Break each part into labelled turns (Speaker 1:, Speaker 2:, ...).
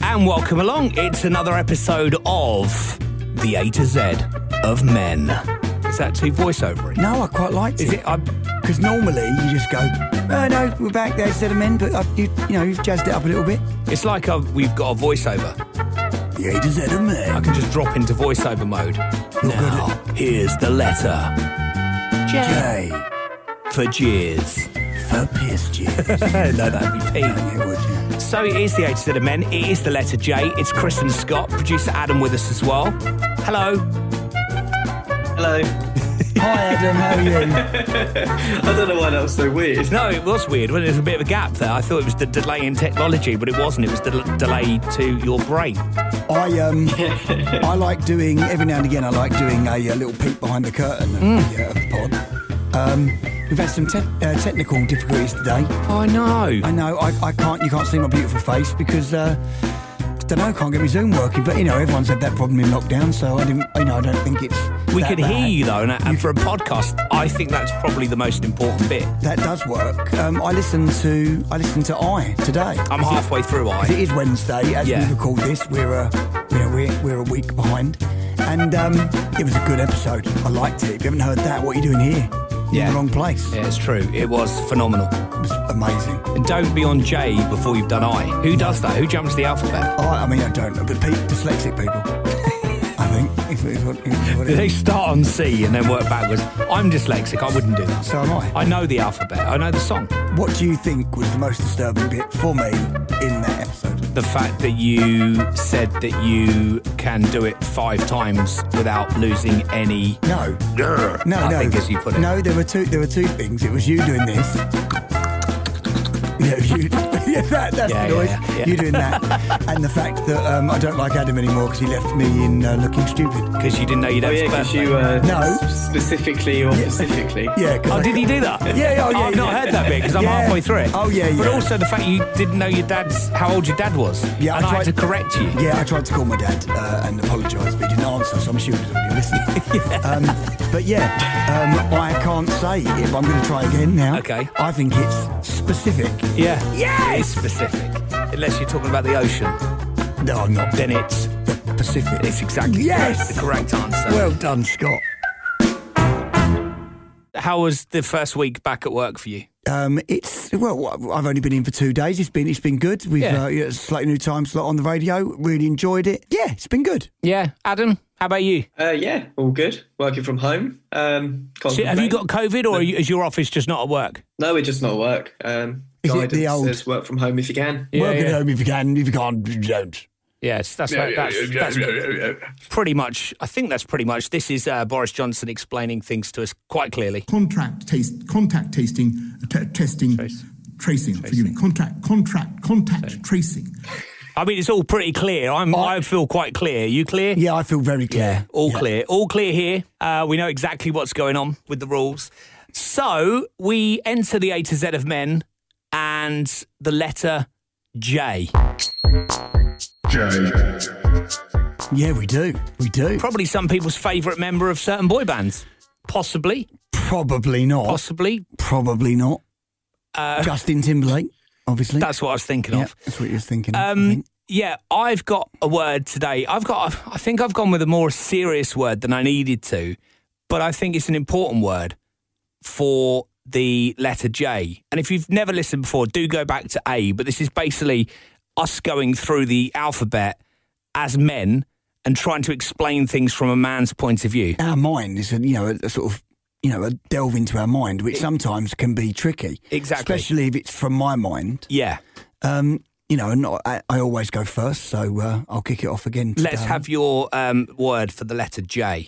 Speaker 1: and welcome along. It's another episode of The A to Z of Men. Is that too voiceovery?
Speaker 2: No, I quite liked
Speaker 1: Is
Speaker 2: it.
Speaker 1: it? I,
Speaker 2: Because normally you just go, oh no, we're back there instead of men, but I, you, you know, you've jazzed it up a little bit.
Speaker 1: it's like a, we've got a voiceover.
Speaker 2: The A to Z of
Speaker 1: I
Speaker 2: men.
Speaker 1: can just drop into voiceover mode. Now, here's the letter
Speaker 2: J
Speaker 1: for Jeers.
Speaker 2: for piss jizz.
Speaker 1: no, that'd be P.
Speaker 2: yeah, would you?
Speaker 1: So it is the H to the Men. It is the letter J. It's Chris and Scott, producer Adam with us as well. Hello.
Speaker 3: Hello.
Speaker 2: Hi Adam, how are you?
Speaker 3: I don't know why that was so weird.
Speaker 1: No, it was weird. Well, there was a bit of a gap there. I thought it was the delay in technology, but it wasn't. It was the l- delay to your brain.
Speaker 2: I um, I like doing every now and again. I like doing a, uh little peek behind the curtain of, the, uh, of the pod. Um, we've had some te- uh, technical difficulties today.
Speaker 1: I know.
Speaker 2: I know I, I can't. You can't see my beautiful face because. Uh, don't know, can't get my Zoom working, but you know everyone's had that problem in lockdown, so I didn't. You know, I don't think it's.
Speaker 1: We can
Speaker 2: that bad.
Speaker 1: hear you though, and, and for a podcast, I think that's probably the most important bit.
Speaker 2: That does work. Um, I listened to I listened to I today.
Speaker 1: I'm halfway through.
Speaker 2: It
Speaker 1: I
Speaker 2: is Wednesday as
Speaker 1: Yeah.
Speaker 2: we record this. We're a you know, we're we're a week behind, and um, it was a good episode. I liked it. If you haven't heard that, what are you doing here? You're
Speaker 1: Yeah.
Speaker 2: in the wrong place.
Speaker 1: yeah, it's true. It was phenomenal.
Speaker 2: It was amazing.
Speaker 1: And don't be on J before you've done I. Who does that? Who jumps the alphabet?
Speaker 2: I, I mean, I don't know, but pe- dyslexic people, I think. Is, is what, is what it
Speaker 1: They
Speaker 2: is.
Speaker 1: start on C and then work backwards. I'm dyslexic. I wouldn't do that.
Speaker 2: So am I.
Speaker 1: I know the alphabet. I know the song.
Speaker 2: What do you think was the most disturbing bit for me in that episode?
Speaker 1: The fact that you said that you can do it five times without losing any.
Speaker 2: No,
Speaker 1: No,
Speaker 2: no,
Speaker 1: I
Speaker 2: no.
Speaker 1: think as you put it.
Speaker 2: No, there were two. There were two things. It was you doing this. Yeah, you, yeah that, that's
Speaker 1: Yeah,
Speaker 2: the noise.
Speaker 1: yeah, yeah.
Speaker 2: You doing that, and the fact that um, I don't like Adam anymore because he left me in uh, looking stupid.
Speaker 1: Because you didn't know you'd
Speaker 3: Oh
Speaker 1: have
Speaker 3: yeah,
Speaker 1: to
Speaker 3: because you
Speaker 1: birthday.
Speaker 3: uh,
Speaker 2: No.
Speaker 3: s- specifically or specifically.
Speaker 2: Yeah. 'cause
Speaker 1: Oh,
Speaker 2: I
Speaker 1: did
Speaker 2: c-
Speaker 1: he do that?
Speaker 2: Yeah, yeah, oh, yeah,
Speaker 1: I've not
Speaker 2: yeah.
Speaker 1: heard that bit because I'm
Speaker 2: Yeah.
Speaker 1: halfway through it.
Speaker 2: Oh, yeah,
Speaker 1: But
Speaker 2: yeah.
Speaker 1: also the fact you didn't know your dad's how old your dad was.
Speaker 2: Yeah, I
Speaker 1: and I, had
Speaker 2: tried-
Speaker 1: to correct you.
Speaker 2: Yeah, I tried to call my dad uh, and apologise, but he didn't answer, so I'm sure he was already listening. um, but yeah, um, I can't say it, but I'm going to try again now.
Speaker 1: Okay.
Speaker 2: I think it's specific.
Speaker 1: Yeah.
Speaker 2: Yes!
Speaker 1: It is specific. Unless you're talking about the ocean,
Speaker 2: No, I'm not.
Speaker 1: then it's
Speaker 2: Pacific.
Speaker 1: it's exactly
Speaker 2: Yes!
Speaker 1: the correct answer.
Speaker 2: Well done, Scott.
Speaker 1: how was the first week back at work for you?
Speaker 2: Um, it's well. I've only been in for two days. It's been it's been good. We've
Speaker 1: Yeah.
Speaker 2: uh, yeah, it's a slightly new time slot on the radio. Really enjoyed it. Yeah, it's been good.
Speaker 1: Yeah, Adam, how about you?
Speaker 3: Uh, yeah, all good. Working from home. Um, can't
Speaker 1: So have you got
Speaker 3: complain.
Speaker 1: COVID or are you, is your office just not at work?
Speaker 3: No, we're just not at work. Um,
Speaker 2: Is it the
Speaker 3: guidance
Speaker 2: old-
Speaker 3: says work from home if you can.
Speaker 1: Yeah,
Speaker 2: Work
Speaker 1: yeah.
Speaker 2: at home if you can. If you can't, you don't.
Speaker 1: Yes, that's, like- that's, that's pretty much, I think that's pretty much, this is uh, Boris Johnson explaining things to us quite clearly.
Speaker 4: contract taste, contact tasting, uh, t- testing, tracing. Forgive me. Contract, contract, contact tracing.
Speaker 1: I mean, it's all pretty clear. I'm, I feel quite clear. You clear?
Speaker 2: Yeah, I feel very clear.
Speaker 1: All clear. All clear here. Uh, we know exactly what's going on with the rules. So we enter the A to Z of men and the letter J.
Speaker 2: Yeah, we do. We do.
Speaker 1: Probably some people's favourite member of certain boy bands. Possibly.
Speaker 2: probably not.
Speaker 1: Possibly.
Speaker 2: probably not. Justin Timberlake, obviously.
Speaker 1: Uh, That's what I was thinking
Speaker 2: yeah,
Speaker 1: of.
Speaker 2: that's what you're thinking. of, I
Speaker 1: Um,
Speaker 2: think.
Speaker 1: yeah, I've got a word today. I've got. I think I've gone with a more serious word than I needed to, but I think it's an important word for the letter J. And if you've never listened before, do go back to A. But this is basically us going through the alphabet as men and trying to explain things from a man's point of view.
Speaker 2: Our mind is, a, you know, a, a sort of, you know, a delve into our mind, which sometimes can be tricky.
Speaker 1: Exactly.
Speaker 2: Especially if it's from my mind.
Speaker 1: Yeah,
Speaker 2: Um, you know, and I, I always go first, so uh, I'll kick it off again. Today.
Speaker 1: let's have your um, word for the letter J.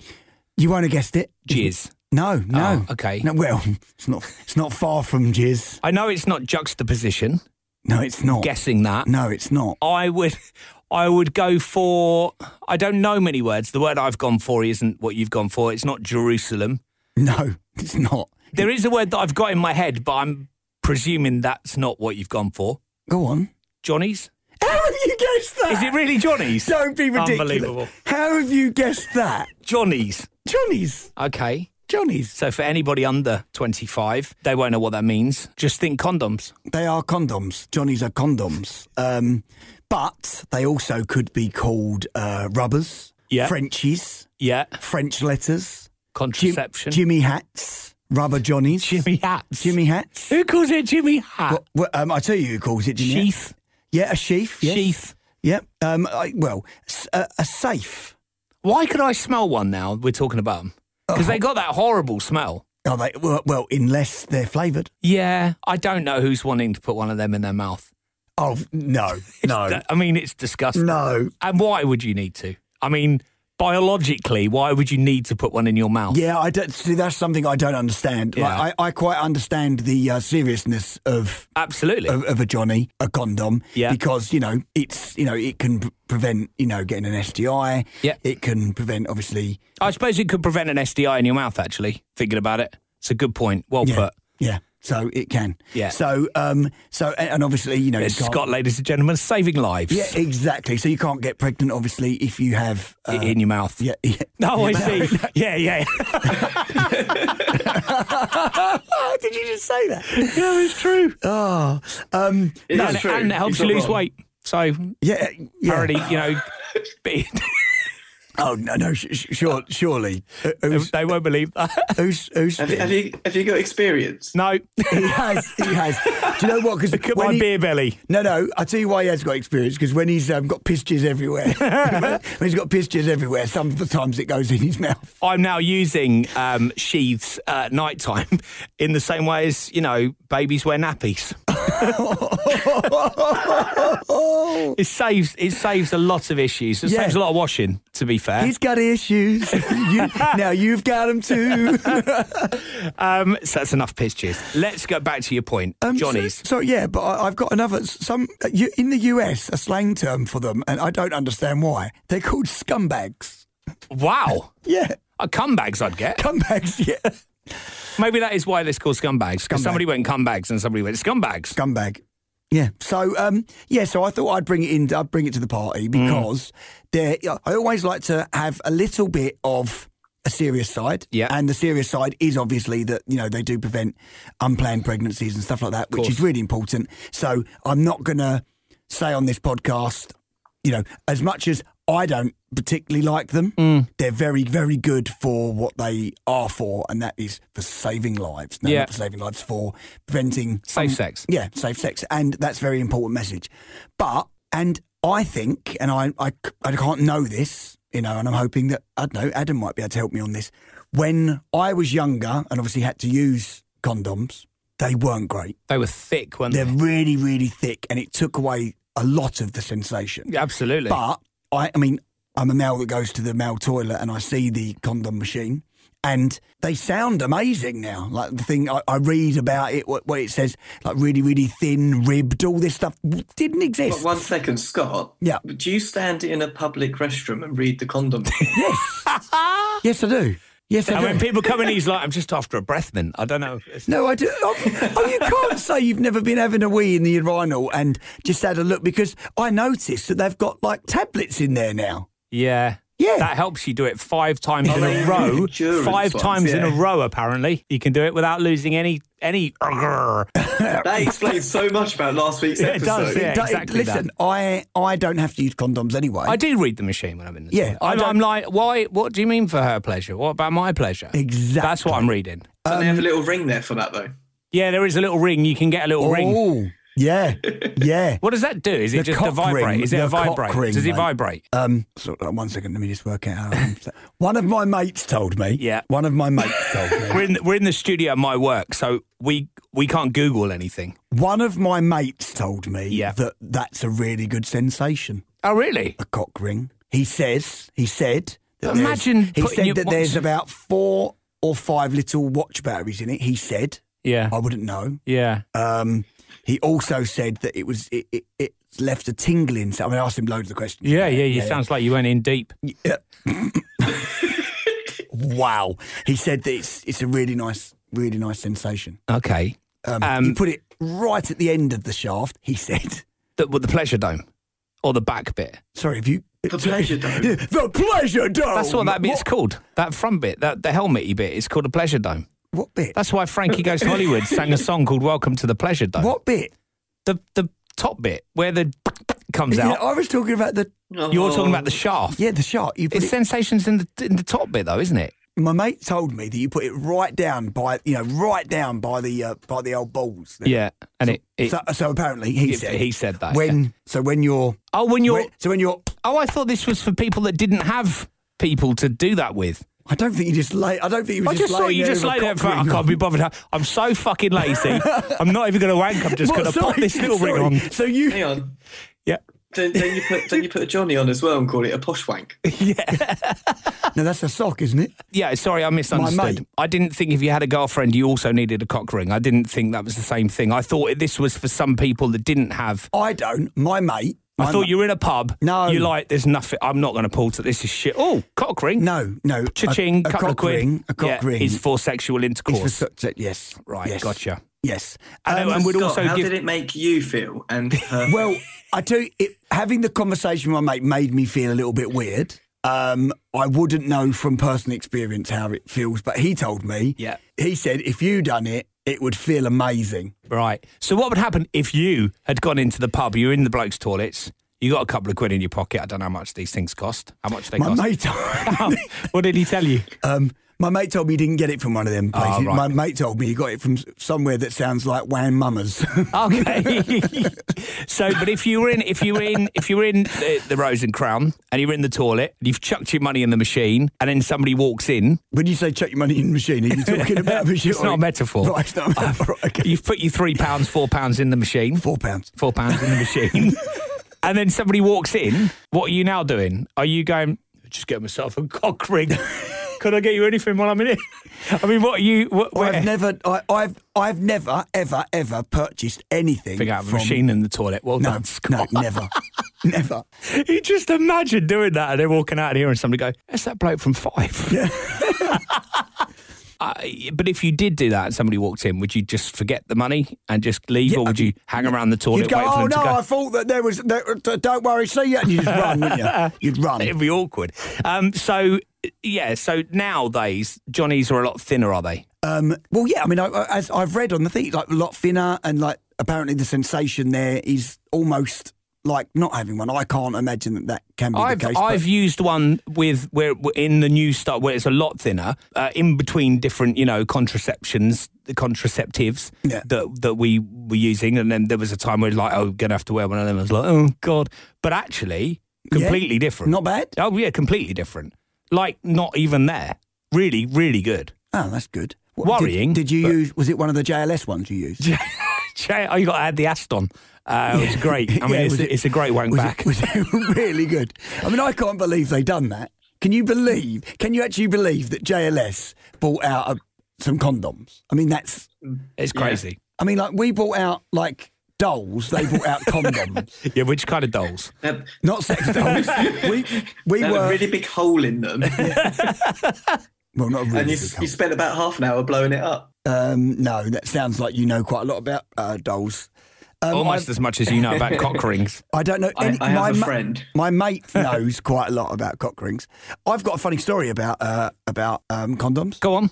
Speaker 2: You won't have guessed it.
Speaker 1: Jizz.
Speaker 2: No, no.
Speaker 1: Oh, okay.
Speaker 2: No, well, it's not. It's not far from jizz.
Speaker 1: I know it's not juxtaposition.
Speaker 2: No, it's not.
Speaker 1: Guessing that.
Speaker 2: No, it's not.
Speaker 1: I would I would go for I don't know many words. The word I've gone for isn't what you've gone for. It's not Jerusalem.
Speaker 2: No, it's not.
Speaker 1: There is a word that I've got in my head, but I'm presuming that's not what you've gone for.
Speaker 2: Go on.
Speaker 1: Johnny's?
Speaker 2: How have you guessed that?
Speaker 1: Is it really Johnny's?
Speaker 2: Don't be ridiculous.
Speaker 1: Unbelievable.
Speaker 2: How have you guessed that?
Speaker 1: Johnny's.
Speaker 2: Johnny's.
Speaker 1: Okay.
Speaker 2: Johnny's.
Speaker 1: So for anybody under 25, they won't know what that means. Just think condoms.
Speaker 2: They are condoms. Johnny's are condoms. Um, but they also could be called uh, rubbers,
Speaker 1: Yeah.
Speaker 2: Frenchies,
Speaker 1: Yeah.
Speaker 2: French letters, Jim-
Speaker 1: Contraception.
Speaker 2: Jimmy hats, rubber Johnnies,
Speaker 1: Jimmy hats.
Speaker 2: Jimmy hats.
Speaker 1: Who calls it Jimmy hat?
Speaker 2: Well, well, um, I tell you who calls it Jimmy. hat.
Speaker 1: Sheath.
Speaker 2: Yeah, a sheath. Yes.
Speaker 1: Sheath.
Speaker 2: Yep. Um, I, well, s- a, a safe.
Speaker 1: Why could I smell one now? We're talking about them. Because they got that horrible smell.
Speaker 2: Are they? Well, well unless they're flavoured.
Speaker 1: Yeah. I don't know who's wanting to put one of them in their mouth.
Speaker 2: Oh no, no,
Speaker 1: That- I mean, it's disgusting.
Speaker 2: no.
Speaker 1: And why would you need to? I mean, biologically, why would you need to put one in your mouth?
Speaker 2: Yeah, I don't see. That's something I don't understand.
Speaker 1: Yeah.
Speaker 2: Like, I, I quite understand the uh, seriousness of,
Speaker 1: Absolutely.
Speaker 2: of of a Johnny, a condom,
Speaker 1: Yeah.
Speaker 2: because you know it's you know it can pre- prevent you know getting an STI.
Speaker 1: Yeah.
Speaker 2: it can prevent obviously.
Speaker 1: I suppose it could prevent an SDI in your mouth, actually, thinking about it. It's a good point. Well
Speaker 2: Yeah,
Speaker 1: put.
Speaker 2: yeah. So it can.
Speaker 1: Yeah.
Speaker 2: So um. So and, and obviously you know you
Speaker 1: It's
Speaker 2: can't-
Speaker 1: Scott, ladies and gentlemen, saving lives
Speaker 2: Yeah, exactly. So you can't get pregnant obviously if you have.
Speaker 1: i-
Speaker 2: Uh,
Speaker 1: in your mouth.
Speaker 2: yeah, yeah.
Speaker 1: No, I see. Yeah, yeah.
Speaker 2: Did you just say that?
Speaker 1: yeah, it's true.
Speaker 2: Oh, um,
Speaker 3: It
Speaker 1: No,
Speaker 3: is
Speaker 1: and,
Speaker 3: true.
Speaker 1: and it helps
Speaker 3: He's
Speaker 1: you
Speaker 3: not
Speaker 1: lose
Speaker 3: wrong.
Speaker 1: weight. So,
Speaker 2: yeah, yeah.
Speaker 1: apparently, you know, be-
Speaker 2: Oh no, no, sh- sh- sure, surely. Who- Who's
Speaker 1: they won't believe that.
Speaker 2: who's who's?
Speaker 3: Have you, have you have you got experience?
Speaker 1: No,
Speaker 2: he has, he has. Do you know what? Because
Speaker 1: could my
Speaker 2: he,
Speaker 1: beer belly.
Speaker 2: No, no. I tell you why he has got experience. Because when he's um, got pistures everywhere, when he's got pistures everywhere, sometimes it goes in his mouth.
Speaker 1: I'm now using um, sheaths at night time in the same way as, you know, babies wear nappies. it saves it saves a lot of issues. It
Speaker 2: Yeah.
Speaker 1: saves a lot of washing, to be fair.
Speaker 2: He's got issues. you, now you've got them too.
Speaker 1: Um, so that's enough piss cheers. Let's go back to your point,
Speaker 2: Um, so-
Speaker 1: Johnny's.
Speaker 2: So, yeah, but I, I've got another. Some you, in the US, a slang term for them, and I don't understand why they're called scumbags.
Speaker 1: wow.
Speaker 2: Yeah,
Speaker 1: Uh, cumbags, I'd get.
Speaker 2: scumbags. Yeah,
Speaker 1: Maybe that is why they're called scumbags. 'cause
Speaker 2: Scumbag.
Speaker 1: Somebody went cumbags and somebody went scumbags.
Speaker 2: scumbag. Yeah. So, um, yeah. So I thought I'd bring it in. I'd bring it to the party
Speaker 1: Mm.
Speaker 2: because there. I always like to have a little bit of a serious side.
Speaker 1: Yeah.
Speaker 2: And the serious side is obviously that you know they do prevent unplanned pregnancies and stuff like that, which
Speaker 1: course.
Speaker 2: is really important. So I'm not gonna say on this podcast, you know, as much as. I don't particularly like them.
Speaker 1: Mm.
Speaker 2: They're very, very good for what they are for, and that is for saving lives. No,
Speaker 1: Yeah.
Speaker 2: not for saving lives, for preventing
Speaker 1: Safe sex.
Speaker 2: yeah, safe sex, and that's a very important message. But and I think, and I, I c- I can't know this, you know, and I'm hoping that I don't know Adam might be able to help me on this. When I was younger, and obviously had to use condoms, they weren't great.
Speaker 1: They were thick, weren't
Speaker 2: They're
Speaker 1: they?
Speaker 2: really, really thick, and it took away a lot of the sensation.
Speaker 1: Absolutely.
Speaker 2: But I, I mean, I'm a male that goes to the male toilet and I see the condom machine, and they sound amazing now. Like the thing I, I read about it, what, what it says, like really, really thin, ribbed, all this stuff didn't
Speaker 3: But
Speaker 2: exist.
Speaker 3: one second, Scott.
Speaker 2: Yeah.
Speaker 3: Do you stand in a public restroom and read the condom?
Speaker 2: yes, I do. Yes, I
Speaker 1: and
Speaker 2: do.
Speaker 1: when people come in, he's like, I'm just after a breath mint. I don't know. It's-
Speaker 2: No, I do. Oh, oh, you can't say you've never been having a wee in the urinal and just had a look because I noticed that they've got like tablets in there now.
Speaker 1: Yeah.
Speaker 2: Yeah.
Speaker 1: That helps you do it five times in
Speaker 3: they
Speaker 1: a
Speaker 3: do
Speaker 1: row.
Speaker 3: endurance
Speaker 1: Five
Speaker 3: ones,
Speaker 1: times in a
Speaker 3: yeah.
Speaker 1: row, apparently. You can do it without losing any any
Speaker 3: that explains so much about last week's
Speaker 1: Yeah, it
Speaker 3: episode.
Speaker 1: does, yeah.
Speaker 2: It do-
Speaker 1: exactly
Speaker 2: Listen, I I don't have to use condoms anyway.
Speaker 1: I do read the machine when I'm in the
Speaker 2: Yeah,
Speaker 1: toilet.
Speaker 2: I
Speaker 1: I'm,
Speaker 2: don't-
Speaker 1: I'm like, why? What do you mean for her pleasure? What about my pleasure?
Speaker 2: Exactly.
Speaker 1: That's what I'm reading.
Speaker 3: Don't they have a little ring there for that though?
Speaker 1: Yeah, there is a little ring. You can get a little ring.
Speaker 2: Oh, yeah, yeah.
Speaker 1: What does that do? Is it
Speaker 2: The
Speaker 1: just a
Speaker 2: cock
Speaker 1: vibrate?
Speaker 2: ring,
Speaker 1: Is it a
Speaker 2: the cock
Speaker 1: vibrate?
Speaker 2: ring,
Speaker 1: does it
Speaker 2: mate.
Speaker 1: vibrate?
Speaker 2: Um, so, uh, one second, let me just work it out. Um, so- one of my mates told me.
Speaker 1: Yeah.
Speaker 2: One of my mates told me.
Speaker 1: We're in, we're in the studio at my work, so we we can't Google anything.
Speaker 2: One of my mates told me
Speaker 1: Yeah.
Speaker 2: that that's a really good sensation.
Speaker 1: Oh, really?
Speaker 2: A cock ring. He says. He said. That
Speaker 1: But
Speaker 2: there's-
Speaker 1: imagine
Speaker 2: He
Speaker 1: putting
Speaker 2: said
Speaker 1: your
Speaker 2: that
Speaker 1: watch-
Speaker 2: there's about four or five little watch batteries in it. He said.
Speaker 1: Yeah.
Speaker 2: I wouldn't know.
Speaker 1: Yeah.
Speaker 2: Um, he also said that it was it, it, it left a tingling. So I mean, I asked him loads of questions.
Speaker 1: Yeah, yeah. You sounds like you went in deep.
Speaker 2: Wow. He said that it's it's a really nice, really nice sensation.
Speaker 1: Okay.
Speaker 2: Um,
Speaker 1: Um,
Speaker 2: he put it right at the end of the shaft. He said,
Speaker 1: The, well, the pleasure dome. or the back bit?
Speaker 2: Sorry, if you.
Speaker 3: The pleasure dome.
Speaker 2: Yeah, the pleasure dome.
Speaker 1: That's what that bit's called. That front bit, that the helmety bit, is called a pleasure dome.
Speaker 2: What bit?
Speaker 1: That's why Frankie Goes to Hollywood sang a song called "Welcome to the Pleasure Dome."
Speaker 2: What bit?
Speaker 1: the the top bit where the comes
Speaker 2: Yeah,
Speaker 1: out?
Speaker 2: I was talking about the
Speaker 1: You're talking about the shaft.
Speaker 2: yeah the shark. You put
Speaker 1: It's
Speaker 2: it,
Speaker 1: sensations in the in the top bit though, isn't it?
Speaker 2: my mate told me that you put it right down by you know right down by the uh, by the old balls. there.
Speaker 1: Yeah, and it. it
Speaker 2: so, so apparently he
Speaker 1: It-
Speaker 2: said
Speaker 1: he said that,
Speaker 2: when so when you're
Speaker 1: oh, when you're.
Speaker 2: when, so when you're
Speaker 1: Oh, I thought this was for people that didn't have people to do that with.
Speaker 2: I don't think you just lay I don't think you were
Speaker 1: I just
Speaker 2: just
Speaker 1: thought
Speaker 2: laying
Speaker 1: you
Speaker 2: there
Speaker 1: just
Speaker 2: with a
Speaker 1: lay there. For,
Speaker 2: cock
Speaker 1: I
Speaker 2: ring
Speaker 1: can't
Speaker 2: on.
Speaker 1: be bothered. I'm so fucking lazy. I'm not even going to wank. I'm just
Speaker 2: What,
Speaker 1: going to pop
Speaker 2: sorry,
Speaker 1: this little ring
Speaker 2: sorry.
Speaker 1: on.
Speaker 2: So you
Speaker 3: Hang on.
Speaker 1: Yeah.
Speaker 3: Then, then you put then you put a Johnny on as well and call it a posh wank.
Speaker 2: no that's a sock isn't it?
Speaker 1: Yeah, sorry, I misunderstood.
Speaker 2: mate.
Speaker 1: I didn't think if you had a girlfriend, you also needed a cock ring. I didn't think that was the same thing. I thought this was for some people that didn't have.
Speaker 2: I don't. My mate.
Speaker 1: I
Speaker 2: my
Speaker 1: thought
Speaker 2: ma-
Speaker 1: you were in a pub.
Speaker 2: No.
Speaker 1: You're like, there's nothing. I'm not going to pull to this. is shit. Oh, cock ring.
Speaker 2: No, no. a-
Speaker 1: Cha-ching,
Speaker 2: a,
Speaker 1: couple
Speaker 2: cock
Speaker 1: of quid.
Speaker 2: ring. A cock
Speaker 1: Yeah,
Speaker 2: ring.
Speaker 1: Is for sexual
Speaker 2: is
Speaker 1: intercourse.
Speaker 2: for such a- yes.
Speaker 1: right,
Speaker 2: Yes.
Speaker 1: gotcha.
Speaker 2: Yes.
Speaker 1: And-
Speaker 2: Um,
Speaker 1: and would
Speaker 3: Scott,
Speaker 1: also
Speaker 3: how
Speaker 1: give-
Speaker 3: did it make you feel? And uh, her
Speaker 2: Well, I tell you, it, having the conversation with my mate made me feel a little bit weird. Um, I wouldn't know from personal experience how it feels, but he told me.
Speaker 1: Yeah.
Speaker 2: He said if you done it, it would feel amazing.
Speaker 1: Right. So what would happen if you had gone into the pub, you're in the bloke's toilets, you got a couple of quid in your pocket. I don't know how much these things cost. How much they
Speaker 2: My
Speaker 1: cost.
Speaker 2: mate,
Speaker 1: Oh.
Speaker 2: told,
Speaker 1: what did he tell you?
Speaker 2: um, my mate told me he didn't get it from one of them places.
Speaker 1: Oh, right.
Speaker 2: My mate told me he got it from s- somewhere that sounds like Wan Mummers.
Speaker 1: Okay. so, but if you were in, if you were in, if you were in the, the Rose and Crown, and you're in the toilet, and you've chucked your money in the machine, and then somebody walks in,
Speaker 2: when you say check your money in the machine, are you talking about a machine?
Speaker 1: it's not a metaphor.
Speaker 2: Right, it's not a metaphor. okay.
Speaker 1: You've put your three pounds, four pounds in the machine,
Speaker 2: Four pounds.
Speaker 1: four pounds in the machine, and then somebody walks in. What are you now doing? Are you going? Just get myself a cock ring. Could I get you anything while I'm in it? I mean, what are you? What, where?
Speaker 2: I've never, I, I've, I've never, ever, ever purchased anything
Speaker 1: Figure out a
Speaker 2: from-
Speaker 1: machine in the toilet. Well
Speaker 2: No,
Speaker 1: done,
Speaker 2: no,
Speaker 1: Scott.
Speaker 2: never, never.
Speaker 1: You just imagine doing that and then walking out here and somebody go, that's that bloke from Five. I, but if you did do that and somebody walked in, would you just forget the money and just leave, or would you hang around the toilet
Speaker 2: You'd go,
Speaker 1: wait for
Speaker 2: oh
Speaker 1: them
Speaker 2: no,
Speaker 1: to go?
Speaker 2: I thought that there was. That, don't worry, see you. And you just run, wouldn't you? You'd
Speaker 1: It'd
Speaker 2: run.
Speaker 1: be awkward. Um, so yeah, so nowadays Johnnies are a lot thinner, are they?
Speaker 2: Um, well, yeah. I mean, I, I- as I've read on the thing, like a lot thinner, and like apparently the sensation there is almost like not having one. I can't imagine that that can be
Speaker 1: I've
Speaker 2: the case. but-
Speaker 1: I've used one with where in the new stuff where it's a lot thinner, uh, in between different you know contraceptions, the contraceptives
Speaker 2: Yeah.
Speaker 1: that that we were using, and then there was a time where like oh gonna have to wear one of them. I was like oh god, but actually
Speaker 2: Yeah.
Speaker 1: completely different.
Speaker 2: Not bad.
Speaker 1: oh yeah, completely different. Like not even there. Really, really good.
Speaker 2: Oh, that's good. What- did-
Speaker 1: Worrying,
Speaker 2: Did, you
Speaker 1: but-
Speaker 2: use? Was it one of the JLS ones you used?
Speaker 1: Jay, oh, you got to add the Aston. Uh, It's great. I mean,
Speaker 2: Yeah,
Speaker 1: it's,
Speaker 2: was it-
Speaker 1: it's a great wank
Speaker 2: was it-
Speaker 1: back.
Speaker 2: was it really good? I mean, I can't believe they done that. Can you believe? Can you actually believe that JLS bought out uh some condoms? I mean, that's.
Speaker 1: it's crazy.
Speaker 2: I mean, like we bought out like dolls. They bought out condoms,
Speaker 1: Yeah. which kind of dolls?
Speaker 3: that,
Speaker 2: not sex dolls. We we
Speaker 3: that
Speaker 2: were
Speaker 3: a really big hole in them,
Speaker 2: well, not a really.
Speaker 3: and you,
Speaker 2: big
Speaker 3: you
Speaker 2: company.
Speaker 3: spent about half an hour blowing it up.
Speaker 2: um, no, that sounds like you know quite a lot about uh, dolls. Um,
Speaker 1: Almost as much as you know about cock rings.
Speaker 2: I don't know.
Speaker 3: I-
Speaker 2: Any,
Speaker 3: I have
Speaker 2: my
Speaker 3: a
Speaker 2: ma-
Speaker 3: friend.
Speaker 2: my mate knows quite a lot about cock rings. I've got a funny story about uh, about um, condoms.
Speaker 1: Go on.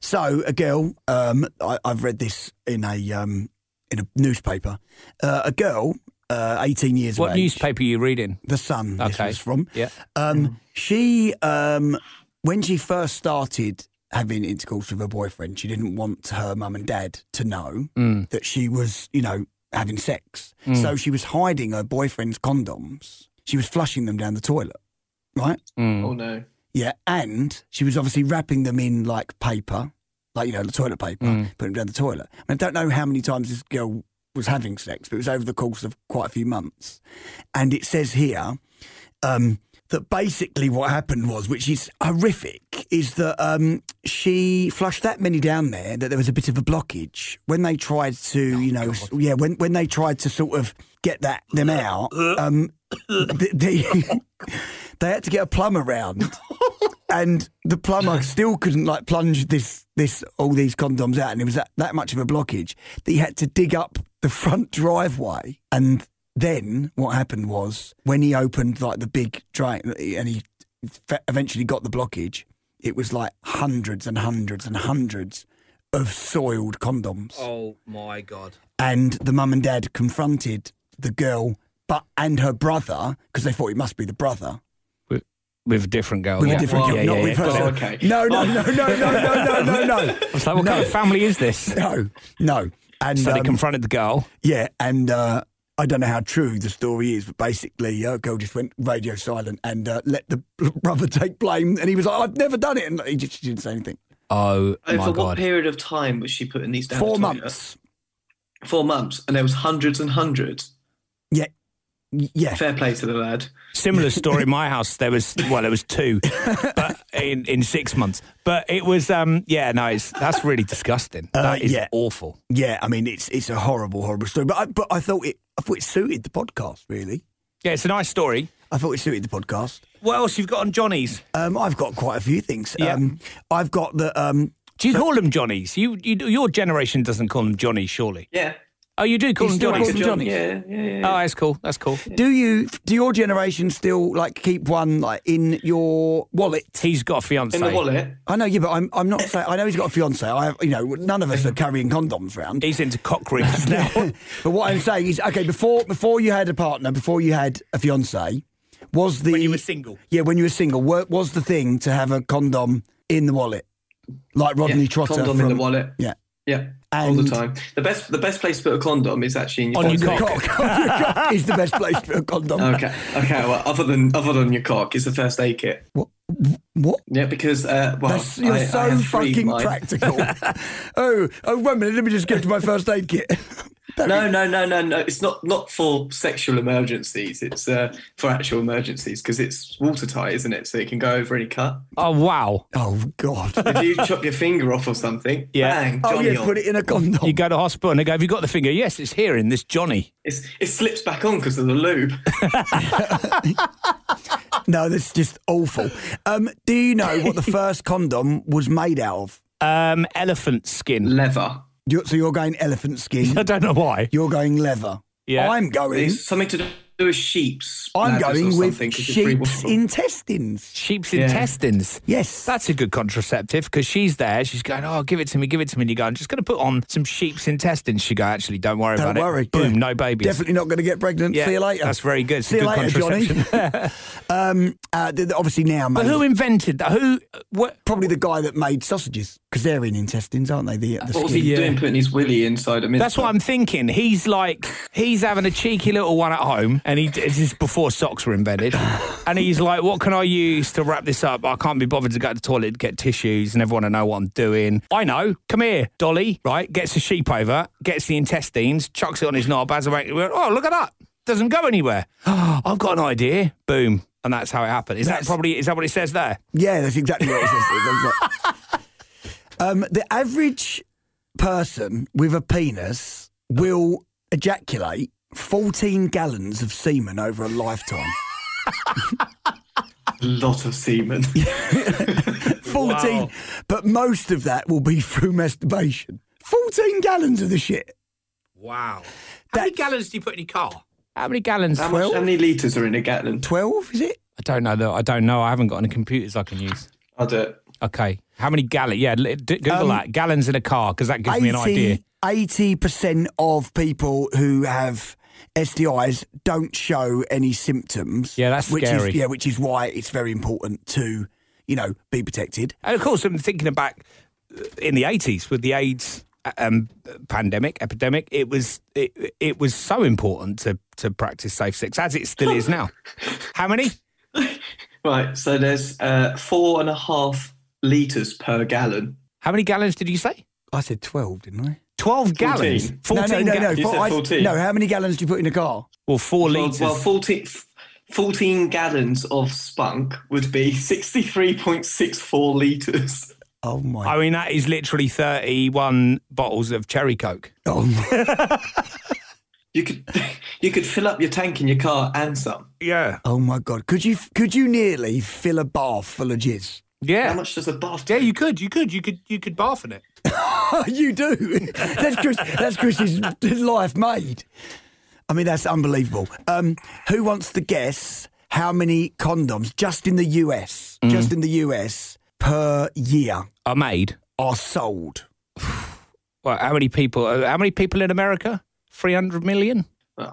Speaker 2: So a girl, um, I, I've read this in a um, in a newspaper. Uh, a girl, uh, eighteen years
Speaker 1: What
Speaker 2: of age,
Speaker 1: newspaper are you reading?
Speaker 2: The Sun. This
Speaker 1: Okay.
Speaker 2: was from.
Speaker 1: Yeah.
Speaker 2: Um, She, um, when she first started having intercourse with her boyfriend, she didn't want her mum and dad to know that she was, you know, having sex. So she was hiding her boyfriend's condoms. She was flushing them down the toilet, right?
Speaker 3: Oh no.
Speaker 2: Yeah, and she was obviously wrapping them in like paper, like you know, the toilet paper, putting them down the toilet. And I don't know how many times this girl was having sex, but it was over the course of quite a few months. And it says here um, that basically what happened was, which is horrific, is that um, she flushed that many down there that there was a bit of a blockage when they tried to, you know, s- yeah, when when they tried to sort of get that them out. Um, th- they they had to get a plumber round and the plumber still couldn't like plunge this this all these condoms out, and it was that, that much of a blockage that he had to dig up the front driveway and Then what happened was when he opened like the big drain and he fe- eventually got the blockage, it was like hundreds and hundreds and hundreds of soiled condoms.
Speaker 1: Oh my god.
Speaker 2: And the mum and dad confronted the girl, but and her brother because they thought it must be the brother.
Speaker 1: With a different girl.
Speaker 2: With
Speaker 1: yeah. Oh,
Speaker 2: a different
Speaker 1: yeah,
Speaker 2: girl,
Speaker 1: yeah,
Speaker 2: not
Speaker 1: yeah,
Speaker 2: with
Speaker 1: yeah.
Speaker 2: her.
Speaker 3: Okay.
Speaker 2: No, no, no, no, no, no, no, no, no,
Speaker 1: I was like, what kind of family is this?
Speaker 2: no, no. And
Speaker 1: So they
Speaker 2: um,
Speaker 1: confronted the girl.
Speaker 2: Yeah, and uh, I don't know how true the story is, but basically, uh, girl just went radio silent and uh, let the brother take blame. And he was like, "I've never done it," and he just she didn't say anything.
Speaker 1: Oh
Speaker 3: Over
Speaker 1: my
Speaker 3: what
Speaker 1: god.
Speaker 3: period of time was she putting these down?
Speaker 2: Four
Speaker 3: to Tonya?
Speaker 2: months.
Speaker 3: Four months, and there was hundreds and hundreds.
Speaker 2: Yeah, Y- yeah.
Speaker 3: Fair play to the lad.
Speaker 1: Similar story in my house. There was well, there was two, but in in six months. But it was um yeah no, it's that's really disgusting. that is
Speaker 2: Uh, yeah.
Speaker 1: awful.
Speaker 2: Yeah, I mean it's it's a horrible, horrible story. But I, but I thought it I thought it suited the podcast really.
Speaker 1: Yeah, it's a nice story.
Speaker 2: I thought it suited the podcast.
Speaker 1: What else you've got on Johnny's?
Speaker 2: Um, I've got quite a few things.
Speaker 1: Yeah.
Speaker 2: Um, I've got the um,
Speaker 1: Do you call them Johnnies? You, you your generation doesn't call them Johnny, surely.
Speaker 3: Yeah.
Speaker 1: Oh, you do call
Speaker 2: You
Speaker 1: them
Speaker 2: still
Speaker 1: Johnnies.
Speaker 2: call them Johnnies?
Speaker 3: Yeah, yeah, yeah.
Speaker 1: Oh, that's cool. That's cool.
Speaker 2: Do you do your generation still like keep one like in your wallet?
Speaker 1: He's got a fiance.
Speaker 3: In the wallet.
Speaker 2: I know, yeah, but I'm I'm not. Saying, I know he's got a fiance. I have, you know, none of us are carrying condoms round.
Speaker 1: He's into cock rings now.
Speaker 2: but what I'm saying is, okay, before before you had a partner, before you had a fiance, was the
Speaker 1: When you were single.
Speaker 2: Yeah, when you were single, wa- was the thing to have a condom in the wallet, like Rodney
Speaker 3: Yeah,
Speaker 2: Trotter
Speaker 3: condom in
Speaker 2: from-
Speaker 3: the wallet.
Speaker 2: Yeah,
Speaker 3: Yeah. all the
Speaker 2: And-
Speaker 3: time. The best the best place to put a condom is actually in your
Speaker 1: On your
Speaker 3: pocket.
Speaker 1: cock.
Speaker 2: On your cock is the best place for a condom.
Speaker 3: Okay. Okay. Well, other than other than your cock, it's the first aid kit.
Speaker 2: What? What?
Speaker 3: Yeah, because uh, well,
Speaker 2: That's, you're
Speaker 3: I- I
Speaker 2: so
Speaker 3: have three of
Speaker 2: fucking
Speaker 3: mine.
Speaker 2: practical. oh, oh, one minute. Let me just get to my first aid kit.
Speaker 3: No, no, no, no, no. It's not not for sexual emergencies. It's uh, for actual emergencies because it's watertight, isn't it? So it can go over any cut.
Speaker 1: Oh wow!
Speaker 2: Oh God.
Speaker 3: If you chop your finger off or something,
Speaker 1: Yeah.
Speaker 3: bang,
Speaker 2: Oh
Speaker 3: Johnny
Speaker 2: yeah,
Speaker 3: on.
Speaker 2: put it in a condom.
Speaker 1: You go to hospital and they go, "Have you got the finger?" Yes, it's here in this Johnny.
Speaker 3: It's, it slips back on because of the lube.
Speaker 2: No, that's just awful. Um, do you know what the first condom was made out of?
Speaker 1: Um, elephant skin.
Speaker 3: Leather.
Speaker 2: You're, so you're going elephant
Speaker 1: I
Speaker 2: skin.
Speaker 1: don't know why.
Speaker 2: You're going leather.
Speaker 1: Yeah.
Speaker 2: I'm going.
Speaker 3: It's something to do with sheep's.
Speaker 2: Hmm? I'm
Speaker 3: bladders or
Speaker 2: going
Speaker 3: something,
Speaker 2: with
Speaker 3: 'cause it's really
Speaker 2: sheep's
Speaker 3: watertight.
Speaker 2: intestines.
Speaker 1: Sheep's
Speaker 3: Yeah.
Speaker 1: intestines.
Speaker 2: Yes.
Speaker 1: That's a good contraceptive because she's there. She's going, oh, give it to me, give it to me. And you go, I'm just going to put on some sheep's intestines. She go, actually, don't worry
Speaker 2: Don't
Speaker 1: about
Speaker 2: worry.
Speaker 1: it. Boom,
Speaker 2: Yeah.
Speaker 1: no babies.
Speaker 2: Definitely not going to get pregnant.
Speaker 1: Yeah,
Speaker 2: See you later.
Speaker 1: That's very good. It's
Speaker 2: See
Speaker 1: a
Speaker 2: you
Speaker 1: good
Speaker 2: later, Johnny.
Speaker 1: contraception.
Speaker 2: um, uh, th- th- obviously now,
Speaker 1: but
Speaker 2: mate.
Speaker 1: who invented that? Who? What?
Speaker 2: Probably the guy that made sausages because they're in intestines, aren't they? The, the
Speaker 3: What was
Speaker 2: skin.
Speaker 3: he doing putting his willy inside a mince?
Speaker 1: That's what I'm thinking. He's like, he's having a cheeky little one at home, and he this is before socks were invented. And he's like, what can I use to wrap this up? I can't be bothered to go to the toilet to get tissues, and everyone will know what I'm doing. I know. Come here, Dolly. Right, gets the sheep over, gets the intestines, chucks it on his knob. As a way- oh, look at that. Doesn't go anywhere. I've got an idea. Boom. And that's how it happened. Is
Speaker 2: That's-
Speaker 1: that probably is that what it says there?
Speaker 2: Yeah, that's exactly what it says. That's right. um, the average person with a penis will ejaculate 14 gallons of semen over a lifetime.
Speaker 3: a lot of semen.
Speaker 2: 14,
Speaker 1: Wow.
Speaker 2: but most of that will be through masturbation. 14 gallons of the shit.
Speaker 1: Wow. How many
Speaker 2: That's-
Speaker 1: gallons do you put in your car? How many gallons?
Speaker 3: How, much, how many litres are in a Gatlin?
Speaker 2: 12, is it?
Speaker 1: I don't know. though. I don't know. I haven't got any computers I can use.
Speaker 3: I'll do it.
Speaker 1: Okay. How many gallons? Yeah, li- d- Google that. Gallons in a car, because that gives me an idea.
Speaker 2: 80, percent of people who have STIs don't show any symptoms.
Speaker 1: Yeah, that's
Speaker 2: which
Speaker 1: scary.
Speaker 2: Is, yeah, which is why it's very important to, you know, be protected.
Speaker 1: And of course, I'm thinking back uh, in the 80s with the AIDS uh, um, pandemic, epidemic, it was it, it was so important to, to practice safe sex, as it still is now. How many?
Speaker 3: Right, so there's uh, four and a half litres per gallon.
Speaker 1: How many gallons did you say?
Speaker 2: I said 12, didn't I?
Speaker 1: 12 gallons.
Speaker 2: No,
Speaker 1: 14
Speaker 2: no, no, no.
Speaker 1: gallons.
Speaker 3: You
Speaker 2: Four-
Speaker 3: said
Speaker 2: I-
Speaker 3: 14.
Speaker 2: no, how many gallons do you put in a car?
Speaker 1: Well, four
Speaker 3: Well,
Speaker 1: litres.
Speaker 3: well 14, 14 gallons of spunk would be 63.64 litres.
Speaker 2: Oh, my.
Speaker 1: I mean, that is literally 31 bottles of Cherry Coke.
Speaker 2: oh, my-
Speaker 3: You could you could fill up your tank in your car and some.
Speaker 1: Yeah.
Speaker 2: oh, my God. Could you could you nearly fill a bath full of jizz?
Speaker 1: Yeah.
Speaker 3: How much does a bath
Speaker 1: Yeah, you could, you could, you could, you could barf in it.
Speaker 2: Oh, you do. that's Chris. That's Chris's life made. I mean, that's unbelievable. Um, who wants to guess how many condoms just in the US,
Speaker 1: Mm.
Speaker 2: just in the US per year
Speaker 1: Are made.
Speaker 2: are sold?
Speaker 1: Well, how many people? uh, How many people in America? Three hundred million.
Speaker 3: Uh,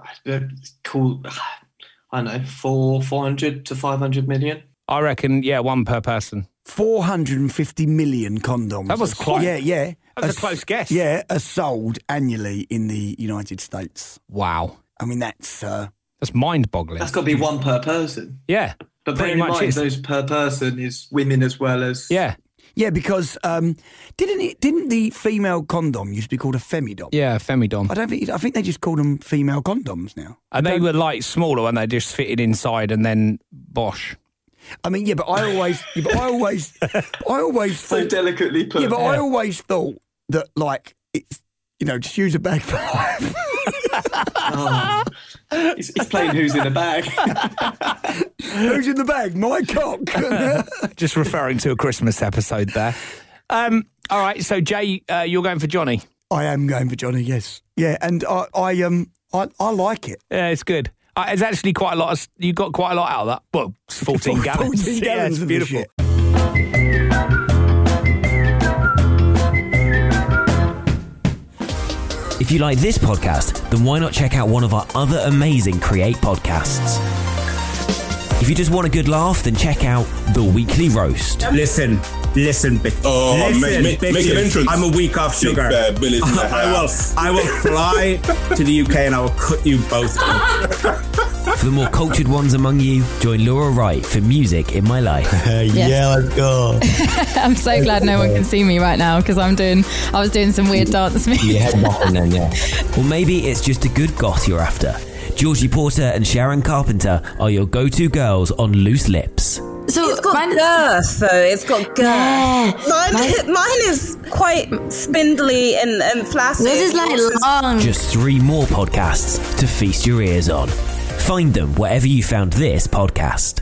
Speaker 3: call, I don't know, four, 400 to 500 million.
Speaker 1: I reckon. Yeah, one per person.
Speaker 2: 450 million condoms.
Speaker 1: That was
Speaker 2: are-
Speaker 1: close.
Speaker 2: Yeah, yeah.
Speaker 1: That was a
Speaker 2: Are-
Speaker 1: close guess.
Speaker 2: Yeah, are sold annually in the United States.
Speaker 1: Wow,
Speaker 2: I mean, that's. Uh,
Speaker 1: that's mind-boggling.
Speaker 3: That's got to be one per person.
Speaker 1: yeah,
Speaker 3: But bear
Speaker 1: pretty
Speaker 3: in
Speaker 1: much
Speaker 3: mind,
Speaker 1: is.
Speaker 3: those per person is women as well as.
Speaker 1: yeah,
Speaker 2: yeah, because um, didn't it, didn't the female condom used to be called a femidom?
Speaker 1: yeah. Femidom.
Speaker 2: I don't think I think they just call them female condoms now.
Speaker 1: And they were like smaller and they just fitted inside and then bosh.
Speaker 2: I mean, yeah, but I always, yeah, but I always, I always
Speaker 3: So
Speaker 2: thought,
Speaker 3: delicately put.
Speaker 2: yeah, but I always thought that like it's you know just use a bag for life.
Speaker 3: Oh. He's, he's playing who's in the bag.
Speaker 2: Who's in the bag? My cock.
Speaker 1: Just referring to a Christmas episode there. Um, all right, so Jay, uh, you're going for Johnny.
Speaker 2: I am going for Johnny. Yes, yeah, and I, I um, I, I like it.
Speaker 1: Yeah, it's good. Uh, it's actually quite a lot. Of, you got quite a lot out of that. Well, it's 14 gallons. yeah,
Speaker 2: 14
Speaker 1: it's
Speaker 2: gallons of this
Speaker 1: beautiful.
Speaker 2: shit.
Speaker 5: If you like this podcast, then why not check out one of our other amazing Create podcasts? If you just want a good laugh, then check out The Weekly Roast.
Speaker 6: Listen, listen, bitch.
Speaker 7: Oh,
Speaker 6: listen,
Speaker 7: make- make- make
Speaker 6: bitches.
Speaker 7: an entrance.
Speaker 6: I'm a week off
Speaker 7: Big
Speaker 6: sugar.
Speaker 7: bad Billy's in the
Speaker 6: I will,
Speaker 7: house.
Speaker 6: I will fly to the UK and I will cut you both. up.
Speaker 5: For the more cultured ones among you, join Laura Wright for Music in My Life.
Speaker 8: Yeah,
Speaker 6: let's go.
Speaker 8: I'm so glad no one can see me right now because I'm doing. I was doing some weird dance moves.
Speaker 5: nothing then, yeah. Or maybe it's just a good goth you're after. Georgie Porter and Sharon Carpenter are your go to girls on Loose Lips.
Speaker 9: So
Speaker 10: It's got
Speaker 9: mine,
Speaker 10: girth, though. It's got girth.
Speaker 9: Yeah.
Speaker 10: Mine,
Speaker 9: Mine-
Speaker 10: mine is quite spindly and, and flaccid.
Speaker 9: this is like long.
Speaker 5: Just three more podcasts to feast your ears on. Find them wherever you found this podcast.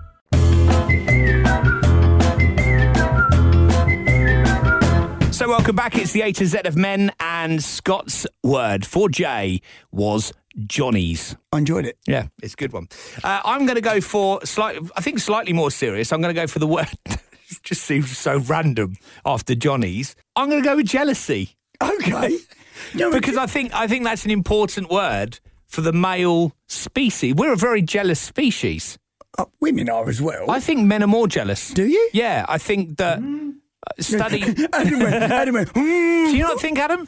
Speaker 1: So, welcome back. It's the A to Z of Men, and Scott's word for Jay was Johnny's.
Speaker 2: I enjoyed it.
Speaker 1: Yeah, it's a good one. Uh, I'm going to go for slight. I think slightly more serious. I'm going to go for the word. it just seems so random after Johnny's. I'm going to go with jealousy
Speaker 2: Okay. No,
Speaker 1: because I think I think that's an important word for the male species. We're a very jealous species.
Speaker 2: uh, women are as well.
Speaker 1: I think men are more jealous.
Speaker 2: Do you?
Speaker 1: Yeah, I think that uh, study. Do
Speaker 2: Adam went, Adam went, "Hmm."
Speaker 1: you not think, Adam?